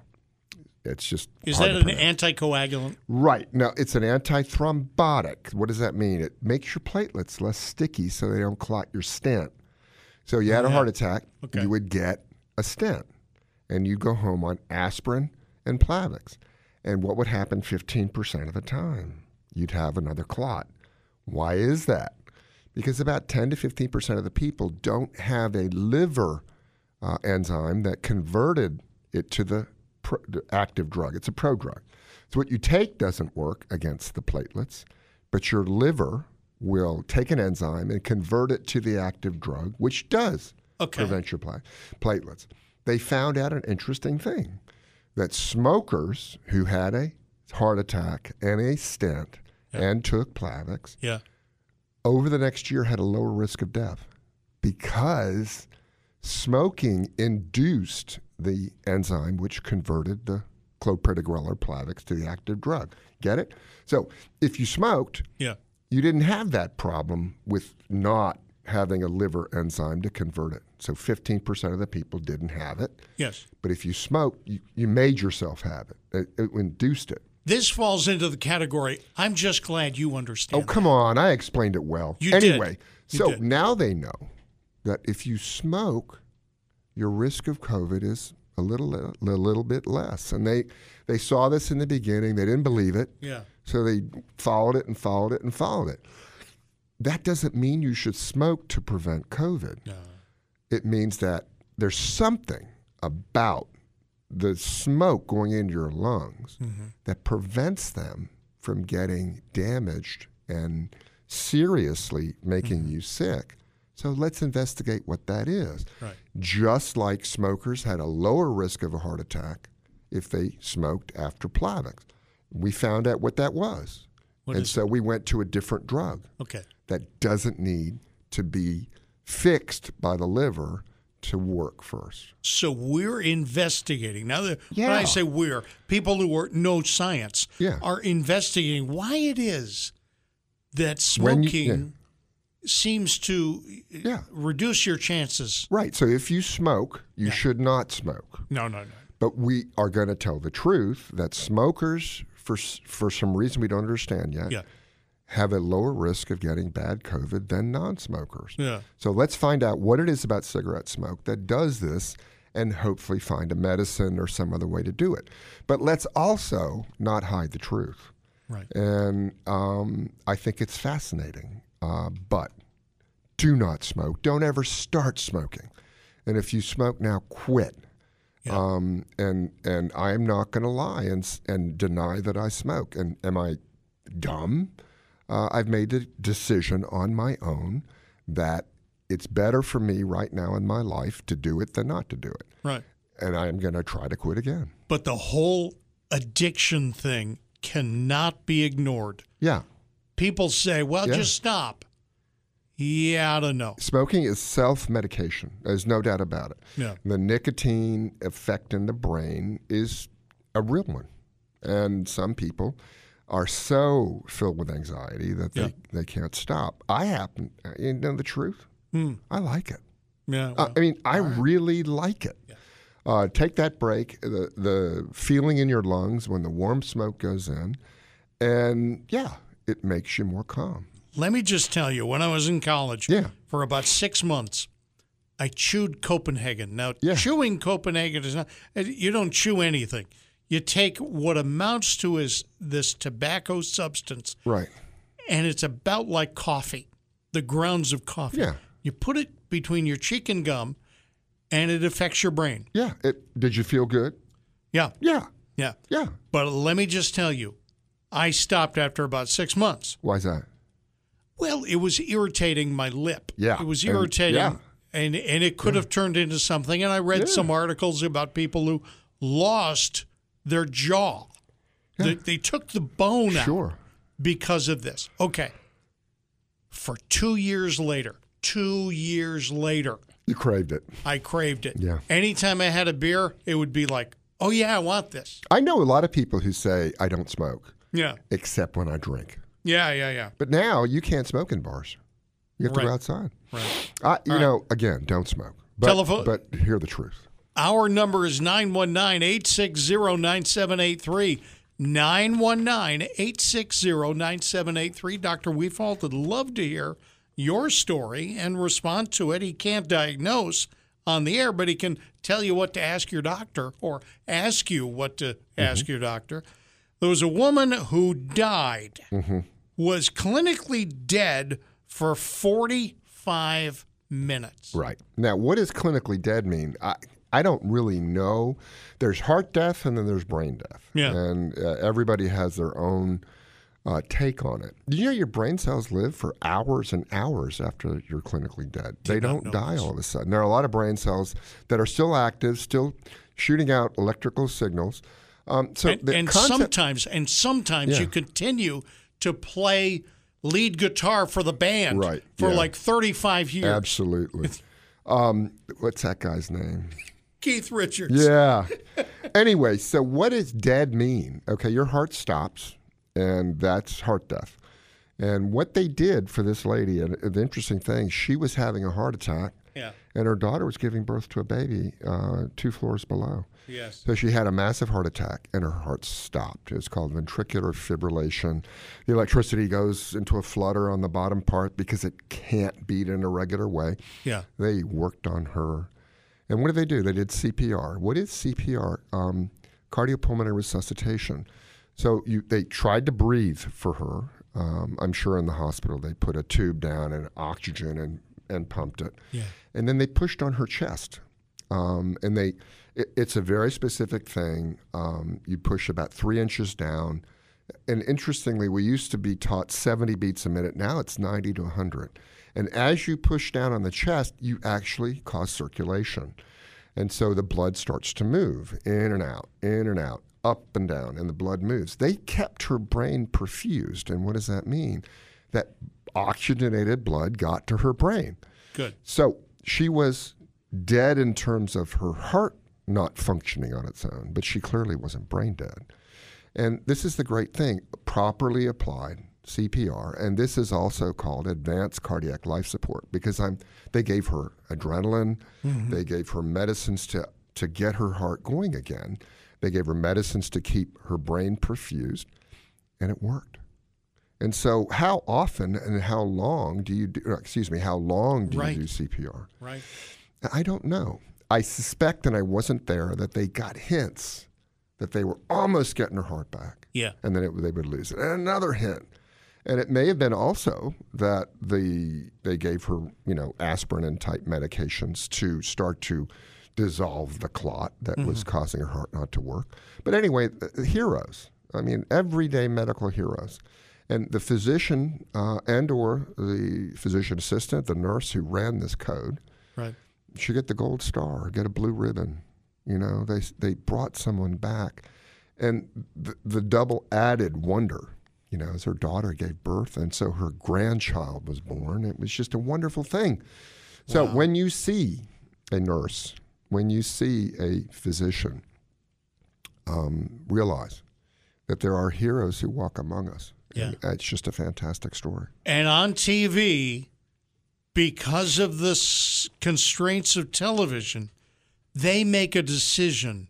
It's just Is hard that to an pronounce. anticoagulant? Right. Now, it's an antithrombotic. What does that mean? It makes your platelets less sticky so they don't clot your stent. So you had a Yeah. heart attack, you would get a stent, and you go home on aspirin and Plavix. And what would happen 15% of the time? You'd have another clot. Why is that? Because about 10 to 15% of the people don't have a liver uh, enzyme that converted it to the pro- the active drug. It's a prodrug. So what you take doesn't work against the platelets, but your liver will take an enzyme and convert it to the active drug, which does prevent your pla- platelets. They found out an interesting thing that smokers who had a heart attack and a stent and took Plavix Yeah. over the next year had a lower risk of death because smoking induced the enzyme which converted the clopidogrel or Plavix to the active drug. Get it? So if you smoked, Yeah. you didn't have that problem with not having a liver enzyme to convert it. So 15% of the people didn't have it. Yes. But if you smoked, you, you made yourself have it. It, it induced it. This falls into the category. I'm just glad you understand. Oh, come on. I explained it well. You did. anyway, You so did. now they know that if you smoke, your risk of COVID is a little a little bit less. And they they saw this in the beginning, they didn't believe it. Yeah. So they followed it and followed it and followed it. That doesn't mean you should smoke to prevent COVID. It means that there's something about the smoke going into your lungs Mm-hmm. that prevents them from getting damaged and seriously making you sick. So let's investigate what that is. Right. Just like smokers had a lower risk of a heart attack if they smoked after Plavix. We found out what that was. and so we went to a different drug Okay. that doesn't need to be fixed by the liver to work first. So we're investigating. Now, that, when I Yeah. say we're, people who are, know science Yeah. are investigating why it is that When smoking you- yeah. seems to uh, Yeah. reduce your chances. Right. So if you smoke, you should not smoke. No, no, no. But we are going to tell the truth that smokers, for s- for some reason we don't understand yet, Yeah. have a lower risk of getting bad COVID than non-smokers. Yeah. So let's find out what it is about cigarette smoke that does this, and hopefully find a medicine or some other way to do it. But let's also not hide the truth. Right. And um, I think it's fascinating. Uh, but do not smoke. Don't ever start smoking. And if you smoke now, quit. Yeah. Um, and and I am not going to lie and s- and deny that I smoke. And am I dumb? Uh, I've made a decision on my own that it's better for me right now in my life to do it than not to do it. Right. And I am going to try to quit again. But the whole addiction thing cannot be ignored. Yeah. People say, well, Yeah. just stop. Yeah, I don't know. Smoking is self medication. There's no doubt about it. Yeah. The nicotine effect in the brain is a real one. And some people are so filled with anxiety that they, Yeah. they can't stop. I happen, uh, you know the truth? I like it. Hmm. Yeah. Uh, I mean, I really like it. Uh, take that break, the, the feeling in your lungs when the warm smoke goes in, and yeah, it makes you more calm. Let me just tell you, when I was in college Yeah. for about six months, I chewed Copenhagen. Now, Yeah. chewing Copenhagen is not, you don't chew anything. You take what amounts to is this tobacco substance, Right. and it's about like coffee, the grounds of coffee. Yeah. You put it between your cheek and gum, and it affects your brain. Yeah. It, did you feel good? Yeah, Yeah. yeah. Yeah. But let me just tell you, I stopped after about six months. Why is that? Well, it was irritating my lip. Yeah, It was and- irritating. yeah. And and it could have turned into something. And I read some articles about people who lost their jaw. They, they took the bone out Sure. because of this. Okay. For two years later, two years later, You craved it. I craved it. Yeah. Anytime I had a beer, it would be like, oh, yeah, I want this. I know a lot of people who say, I don't smoke Yeah. except when I drink. Yeah, yeah, yeah. But now you can't smoke in bars. You have to Right. go outside. Right. I, you know, again, don't smoke. But, Telephone- but hear the truth. Our number is 919 860 9783. 919 860 9783. Dr. Weefalt would love to hear your story and respond to it. He can't diagnose on the air, but he can tell you what to ask your doctor or ask you what to ask your doctor. There was a woman who died, Mm-hmm. was clinically dead for 45 minutes. Right. Now, what does clinically dead mean? I, I don't really know. There's heart death and then there's brain death. Yeah. And uh, everybody has their own uh, take on it. Do you know your brain cells live for hours and hours after you're clinically dead? they don't die all of a sudden. There are a lot of brain cells that are still active, still shooting out electrical signals. Um, so and, the and concept, sometimes and sometimes Yeah. you continue to play lead guitar for the band Right, for yeah. like 35 years absolutely. um, what's that guy's name? keith richards Yeah. anyway, so what does dead mean? Okay, your heart stops, and that's heart death. And what they did for this lady, and the interesting thing, she was having a heart attack, yeah and her daughter was giving birth to a baby uh, two floors below. yes So she had a massive heart attack, and her heart stopped. It's called ventricular fibrillation. The electricity goes into a flutter on the bottom part because it can't beat in a regular way yeah they worked on her. And what did they do? They did CPR. What is CPR? Um, cardiopulmonary resuscitation. So you, they tried to breathe for her. Um, I'm sure in the hospital they put a tube down and oxygen and, and pumped it. Yeah. And then they pushed on her chest. Um, and they, it, it's a very specific thing. Um, you push about three inches down. And interestingly, we used to be taught 70 beats a minute. Now it's 90 to 100. And as you push down on the chest, you actually cause circulation. And so the blood starts to move in and out, in and out. up and down and the blood moves. They kept her brain perfused. And what does that mean? That oxygenated blood got to her brain. Good. So she was dead in terms of her heart not functioning on its own, but she clearly wasn't brain dead. And this is the great thing properly applied CPR, and this is also called advanced cardiac life support because I'm, they gave her adrenaline, Mm-hmm. Mhm. they gave her medicines to, to get her heart going again, they gave her medicines to keep her brain perfused, and it worked. And so, how often and how long do you do? or Excuse me, how long do Right. you do CPR? Right. I don't know. I suspect, and I wasn't there, that they got hints that they were almost getting her heart back. Yeah. And then it, they would lose it. And another hint. And it may have been also that the they gave her, you know, aspirin and type medications to start to dissolve the clot that was Mhm. causing her heart not to work. But anyway, th- heroes. I mean, everyday medical heroes. And the physician uh, and or the physician assistant, the nurse who ran this code, Right. should get the gold star, get a blue ribbon. You know, they they brought someone back, and the, the double added wonder. You know, as her daughter gave birth, and so her grandchild was born. It was just a wonderful thing. So when you see a nurse, when you see a physician, um, realize that there are heroes who walk among us. Yeah. And it's just a fantastic story. And on TV, because of the s- constraints of television, they make a decision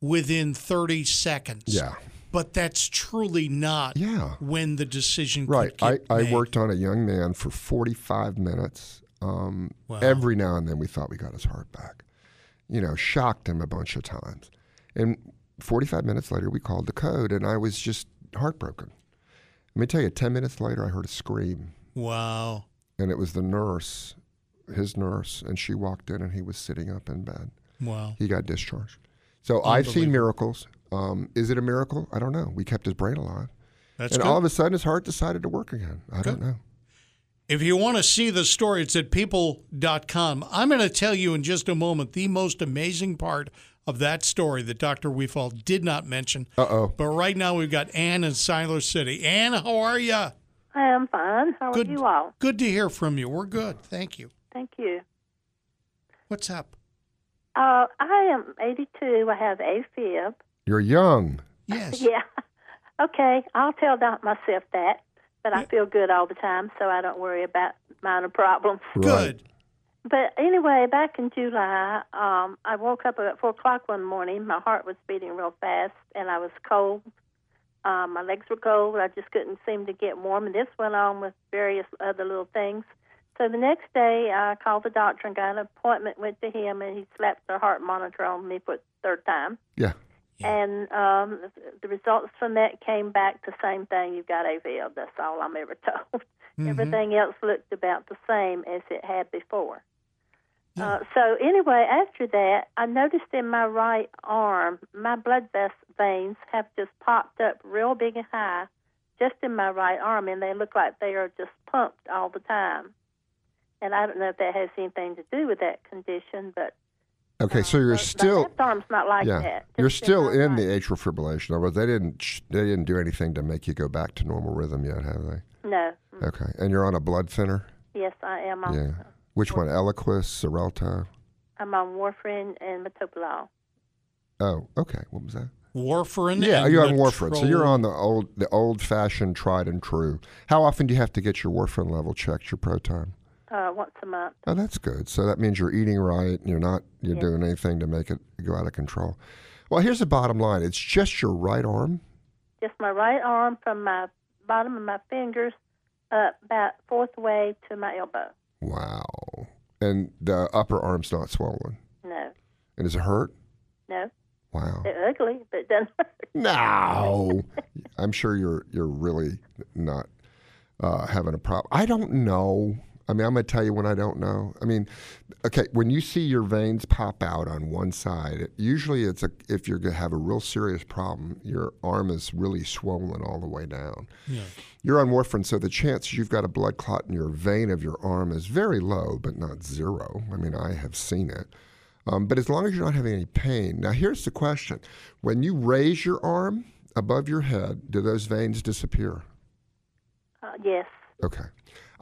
within 30 seconds. Yeah. But that's truly not yeah. when the decision could Right. I, get I made. worked on a young man for 45 minutes. Um, Wow. Every now and then we thought we got his heart back. You know, shocked him a bunch of times. And 45 minutes later, we called the code, and I was just heartbroken. Let me tell you, 10 minutes later, I heard a scream, Wow. and it was the nurse, his nurse, and she walked in, and he was sitting up in bed. Wow. He got discharged. So I've seen Unbelievable. miracles. Um, is it a miracle? I don't know. We kept his brain alive. That's and good. all of a sudden, his heart decided to work again. I don't know. If you want to see the story, it's at people.com. I'm going to tell you in just a moment the most amazing part of that story that Dr. Weefall did not mention. Uh oh. But right now we've got Ann in Siler City. Ann, how are you? I am fine. How Good. are you all? Good to hear from you. We're good. Thank you. Thank you. What's up? Uh, I am 82. I have AFib. You're young. Yes. Yeah. Okay. I'll tell doc myself that, but I feel good all the time, so I don't worry about minor problems. Good. But anyway, back in July, um, I woke up at four o'clock one morning. My heart was beating real fast, and I was cold. Um, my legs were cold. I just couldn't seem to get warm, and this went on with various other little things. So the next day, I called the doctor and got an appointment. Went to him, and he slapped the heart monitor on me for the third time. Yeah. And um, the results from that came back the same thing. You've got AVL. That's all I'm ever told. Mm-hmm. Hmm. Everything else looked about the same as it had before. Uh, so anyway, after that, I noticed in my right arm, my blood ves- veins have just popped up real big and high, just in my right arm, and they look like they are just pumped all the time. And I don't know if that has anything to do with that condition, but Okay, so you're my still left arm's not like yeah, that. you're Just in still my in the atrial fibrillation. Although they didn't sh- they didn't do anything to make you go back to normal rhythm yet, have they? No. Okay, and you're on a blood thinner. Yes, I am. On, Yeah. Which one? Eliquis, Xarelto. I'm on warfarin and metoprolol. Oh, okay. What was that? Warfarin. yeah, and you're on warfarin, so you're Natrol- on the old the old fashioned tried and true. How often do you have to get your warfarin level checked? Your proton. Uh, once a month. Oh, that's good. So that means you're eating right. You're not you're Yeah. doing anything to make it go out of control. Well, here's the bottom line. It's just your right arm. just my right arm from my bottom of my fingers up about fourth way to my elbow. Wow. And the upper arm's not swollen. No, And does it hurt? no, Wow. they're ugly, but it doesn't hurt. No. I'm sure you're you're really not uh, having a problem. I don't know. I mean, I'm going to tell you when I don't know. I mean, okay, when you see your veins pop out on one side, it, usually it's a, if you're going to have a real serious problem, your arm is really swollen all the way down. Yeah. You're on warfarin, so the chance you've got a blood clot in your vein of your arm is very low, but not zero. I mean, I have seen it. Um, but as long as you're not having any pain. Now, here's the question when you raise your arm above your head, do those veins disappear? Uh, yes. Okay.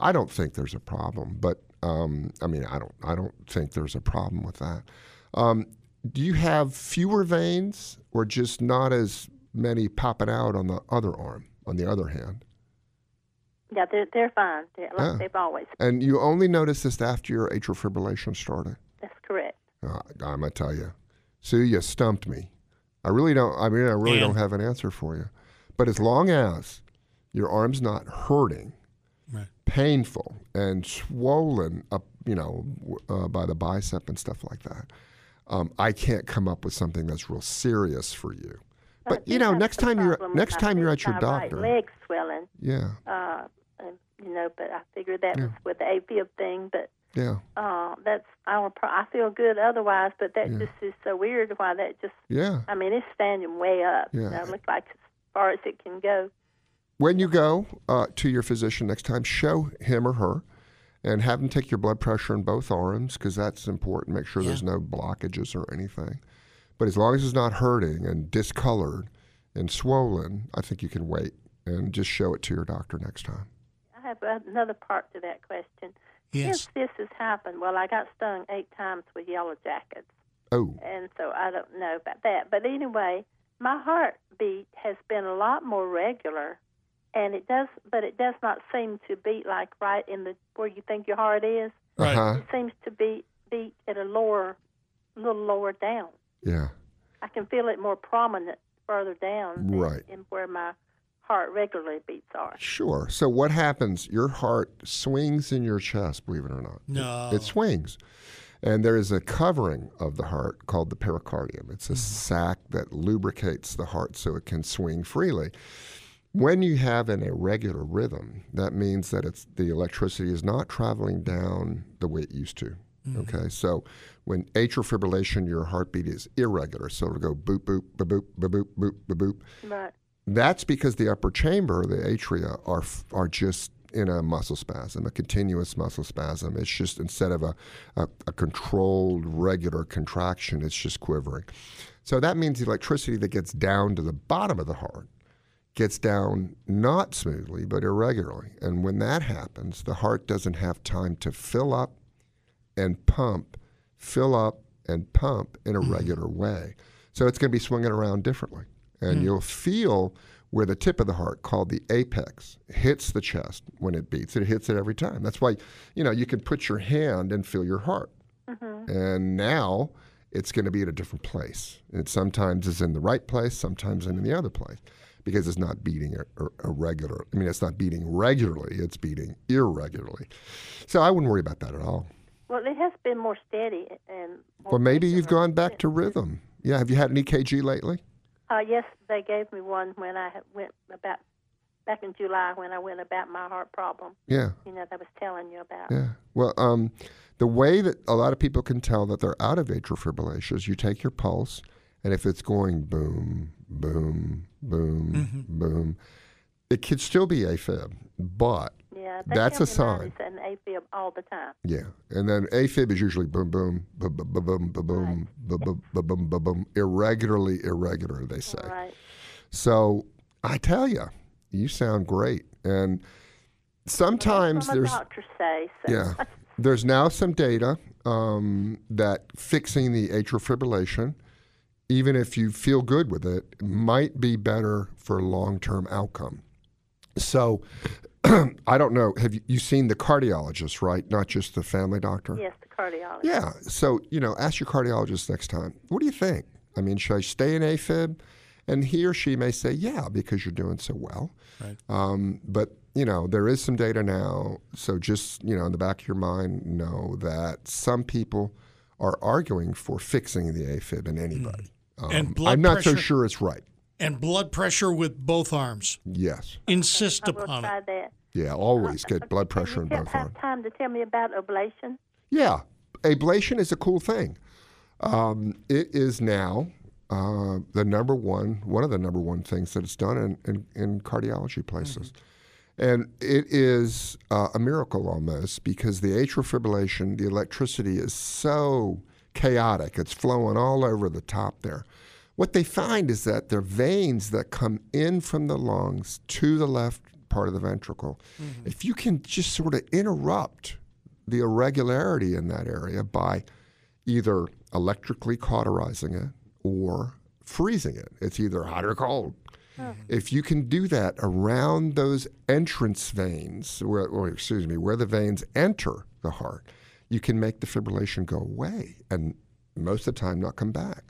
I don't think there's a problem, but um, I mean, I don't, I don't think there's a problem with that. Um, do you have fewer veins or just not as many popping out on the other arm, on the other hand? Yeah, they're, they're fine. They're, like Yeah. they've always. And you only notice this after your atrial fibrillation started? That's correct. Uh, I'm gonna tell you, Sue, you stumped me. I really don't. I mean, I really And- don't have an answer for you. But as long as your arm's not hurting, Right. painful, and swollen up, you know, w- uh, by the bicep and stuff like that, um, I can't come up with something that's real serious for you. But you know, next time you're Problem with next my time you're at feet, your my doctor, Right leg swelling. yeah, Uh, and, you know, but I figured that Yeah. was with the AFib thing, but yeah, uh, that's our. Pro- I feel good otherwise, but that Yeah. just is so weird. Why that just? yeah. I mean, it's standing way up. Yeah. You know, look like as far as it can go. when you go uh, to your physician next time, show him or her and have them take your blood pressure in both arms because that's important. Make sure there's no blockages or anything. But as long as it's not hurting and discolored and swollen, I think you can wait and just show it to your doctor next time. I have another part to that question. Yes. If this has happened, well, I got stung eight times with yellow jackets, Oh, and so I don't know about that. But anyway, my heartbeat has been a lot more regular, and it does, but it does not seem to beat like right in the where you think your heart is. Right. Uh-huh. It seems to beat beat at a lower, little lower down. yeah. I can feel it more prominent further down, than Right. in where my heart regularly beats are. Sure. So what happens? Your heart swings in your chest, believe it or not. No. It, it swings. And there is a covering of the heart called the pericardium. It's a sac that lubricates the heart so it can swing freely. When you have an irregular rhythm, that means that it's the electricity is not traveling down the way it used to. Okay, so when atrial fibrillation, your heartbeat is irregular, so it'll go boop boop ba boop ba boop boop ba boop. Right. That's because the upper chamber, the atria, are f- are just in a muscle spasm, a continuous muscle spasm. It's just instead of a, a, a controlled, regular contraction, it's just quivering. So that means the electricity that gets down to the bottom of the heart gets down not smoothly, but irregularly. And when that happens, the heart doesn't have time to fill up and pump, fill up and pump in a regular way. So it's going to be swinging around differently. And you'll feel where the tip of the heart, called the apex, hits the chest when it beats. It hits it every time. That's why, you know, you can put your hand and feel your heart. Mm-hmm. And now it's going to be at a different place. It sometimes is in the right place, sometimes in the other place, because it's not beating ir- ir- irregular. I mean, it's not beating regularly, it's beating irregularly. So I wouldn't worry about that at all. Well, it has been more steady, and Well, maybe you've gone back to rhythm. Yeah, have you had an EKG lately? uh, yes, they gave me one when I had- went about back in July when I went about my heart problem. Yeah. You know, that I was telling you about. Yeah. Well, um, the way that a lot of people can tell that they're out of atrial fibrillation is you take your pulse, and if it's going boom, boom, boom, boom, it could still be AFib, but Yeah, they that's tell a me sign. mine is an AFib all the time. Yeah, and then AFib is usually boom, boom, boom, boom, boom, boom, boom, boom, boom, boom, boom, boom, boom, irregularly irregular. They say. Right. So I tell you, you sound great, and sometimes Well, there's my doctor say so. yeah. There's now some data um, that fixing the atrial fibrillation, even if you feel good with it, might be better for long term outcome. So I don't know. Have you, you seen the cardiologist, right? Not just the family doctor? Yes, the cardiologist. Yeah. So, you know, ask your cardiologist next time, what do you think? I mean, should I stay in AFib? And he or she may say, yeah, because you're doing so well. Right. Um, but, you know, there is some data now. So just, you know, in the back of your mind, know that some people are arguing for fixing the AFib in anybody. Um, Mm. And blood I'm not so pressure- sure it's right. And blood pressure with both arms. Yes. Insist We'll upon it. try that. Yeah. Always get blood pressure in You both arms. have time to tell me about ablation? Yeah, ablation is a cool thing. Um, it is now uh, the number one, one of the number one things that it's done in, in, in cardiology places. And it is uh, a miracle almost because the atrial fibrillation, the electricity is so chaotic. It's flowing all over the top there. What they find is that there are veins that come in from the lungs to the left part of the ventricle. Mhm. If you can just sort of interrupt the irregularity in that area by either electrically cauterizing it or freezing it, it's either hot or cold. Oh. Mm-hmm. If you can do that around those entrance veins, where, or excuse me, where the veins enter the heart, you can make the fibrillation go away and most of the time not come back.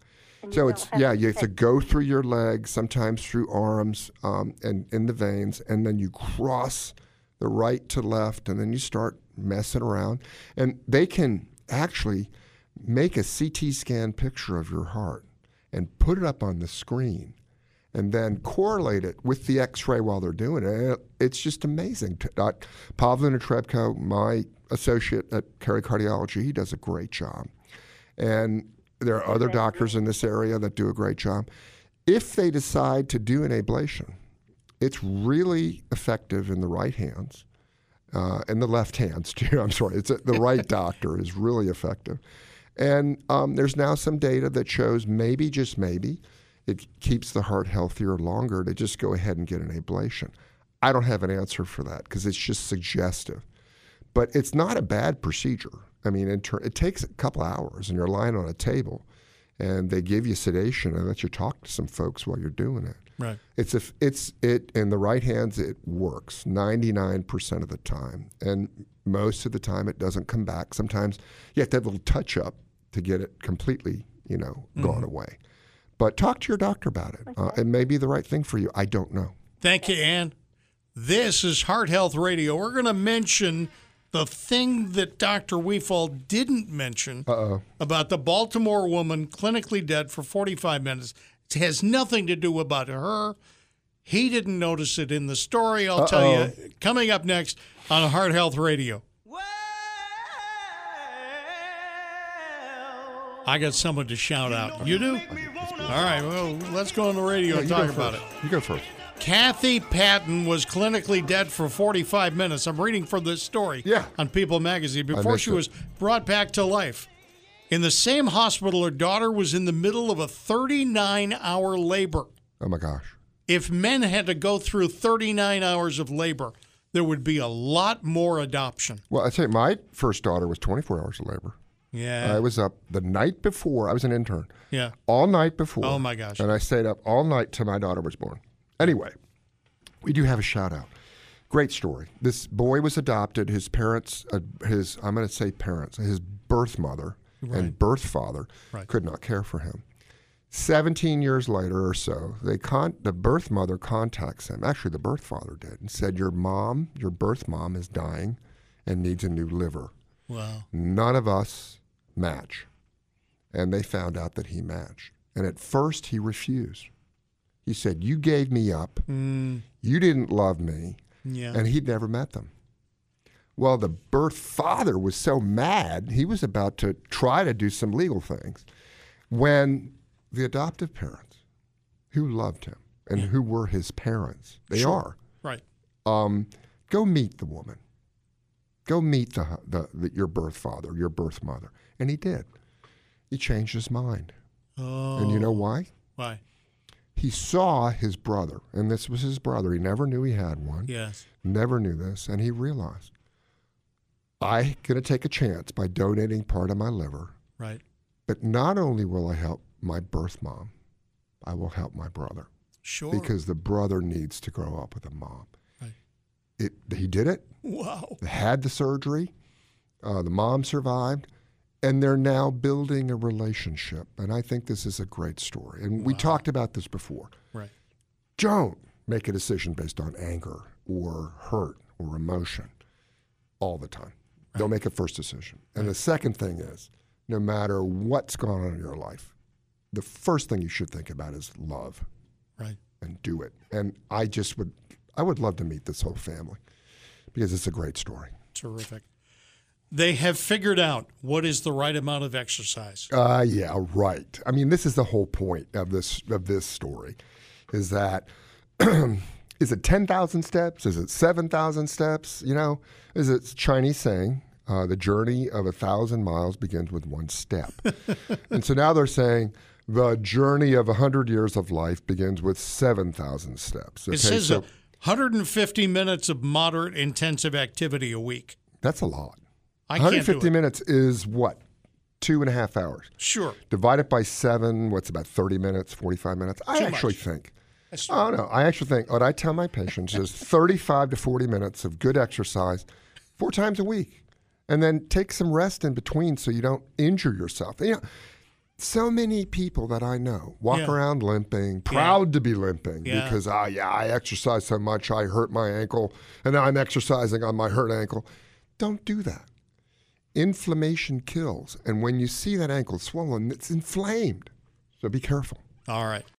so it's yeah, you have to go through your legs, sometimes through arms um, and in the veins, and then you cross the right to left, and then you start messing around, and they can actually make a CT scan picture of your heart and put it up on the screen and then correlate it with the x-ray while they're doing it. It's just amazing. T- uh, Pavel Netrebko, my associate at Cary Cardiology, he does a great job. And there are other doctors in this area that do a great job. If they decide to do an ablation, it's really effective in the right hands uh, and the left hands too. I'm sorry, it's the right doctor is really effective. And um, there's now some data that shows maybe, just maybe, it keeps the heart healthier longer to just go ahead and get an ablation. I don't have an answer for that because it's just suggestive. But it's not a bad procedure. I mean, in ter- it takes a couple hours and you're lying on a table and they give you sedation and let you talk to some folks while you're doing it. Right. It's if it's it in the right hands it works 99% of the time and most of the time it doesn't come back. Sometimes you have to have a little touch up to get it completely, you know, gone away. But talk to your doctor about it. Uh, it may be the right thing for you. I don't know. Thank you, Ann. This is Heart Health Radio. We're going to mention the thing that Dr. Weefall didn't mention about the Baltimore woman clinically dead for 45 minutes. It has nothing to do about her. He didn't notice it in the story. I'll tell Uh-oh. you coming up next on Heart Health Radio. I got someone to shout out. You do? All right, well, let's go on the radio Yeah, and you talk go about it. first. You go first. Kathy Patton was clinically dead for 45 minutes. I'm reading from this story on People magazine before missed she it. was brought back to life. In the same hospital, her daughter was in the middle of a 39 hour labor. Oh my gosh. If men had to go through 39 hours of labor, there would be a lot more adoption. Well, I tell you, my first daughter was 24 hours of labor. Yeah. I was up the night before. I was an intern. Yeah. All night before. Oh, my gosh. And I stayed up all night till my daughter was born. Anyway, we do have a shout out. Great story. This boy was adopted. His parents, uh, his I'm going to say parents, his birth mother and Right. birth father Right. could not care for him. 17 years later or so, they con- the birth mother contacts him. Actually, the birth father did and said, Your mom, your birth mom is dying and needs a new liver. Wow. None of us match. And they found out that he matched. And at first, he refused. He said, You gave me up. Mm. You didn't love me. Yeah. And he'd never met them. Well, the birth father was so mad, he was about to try to do some legal things when the adoptive parents who loved him and who were his parents, they Sure. are Right. um, go meet the woman. Go meet the, the, the your birth father, your birth mother, and he did. He changed his mind, Oh. and you know why? Why? He saw his brother, and this was his brother. He never knew he had one. Yes. Never knew this, and he realized, I'm going to take a chance by donating part of my liver. Right. But not only will I help my birth mom, I will help my brother. Sure. Because the brother needs to grow up with a mom. Right. It, he did it. Wow. They had the surgery. Uh, the mom survived. And they're now building a relationship. And I think this is a great story. And we talked about this before. Right. Don't make a decision based on anger or hurt or emotion all the time. Don't make a first decision. And the second thing is no matter what's going on in your life, the first thing you should think about is love Right. and do it. And I just would, I would love to meet this whole family because it's a great story. Terrific. They have figured out what is the right amount of exercise. Uh, yeah, right. I mean, this is the whole point of this of this story, is that is it ten thousand steps? Is it seven thousand steps? You know, is it Chinese saying? Uh, the journey of a thousand miles begins with one step. and so now they're saying the journey of a 100 years of life begins with 7,000 steps. it says uh, 150 minutes of moderate intensive activity a week. that's a lot. I can't do 150 it. minutes is what? Two and a half hours. Sure. Divide it by seven, what's about 30 minutes, 45 minutes? I Too actually much. think. That's too Oh, much. no. I actually think what I tell my patients is 35 to 40 minutes of good exercise four times a week. And then take some rest in between so you don't injure yourself. You know, so many people that I know walk Yeah. around limping, proud to be limping Yeah. because, ah, yeah, I exercise so much, I hurt my ankle, and now I'm exercising on my hurt ankle. Don't do that. Inflammation kills. And when you see that ankle swollen, it's inflamed. So be careful. All right.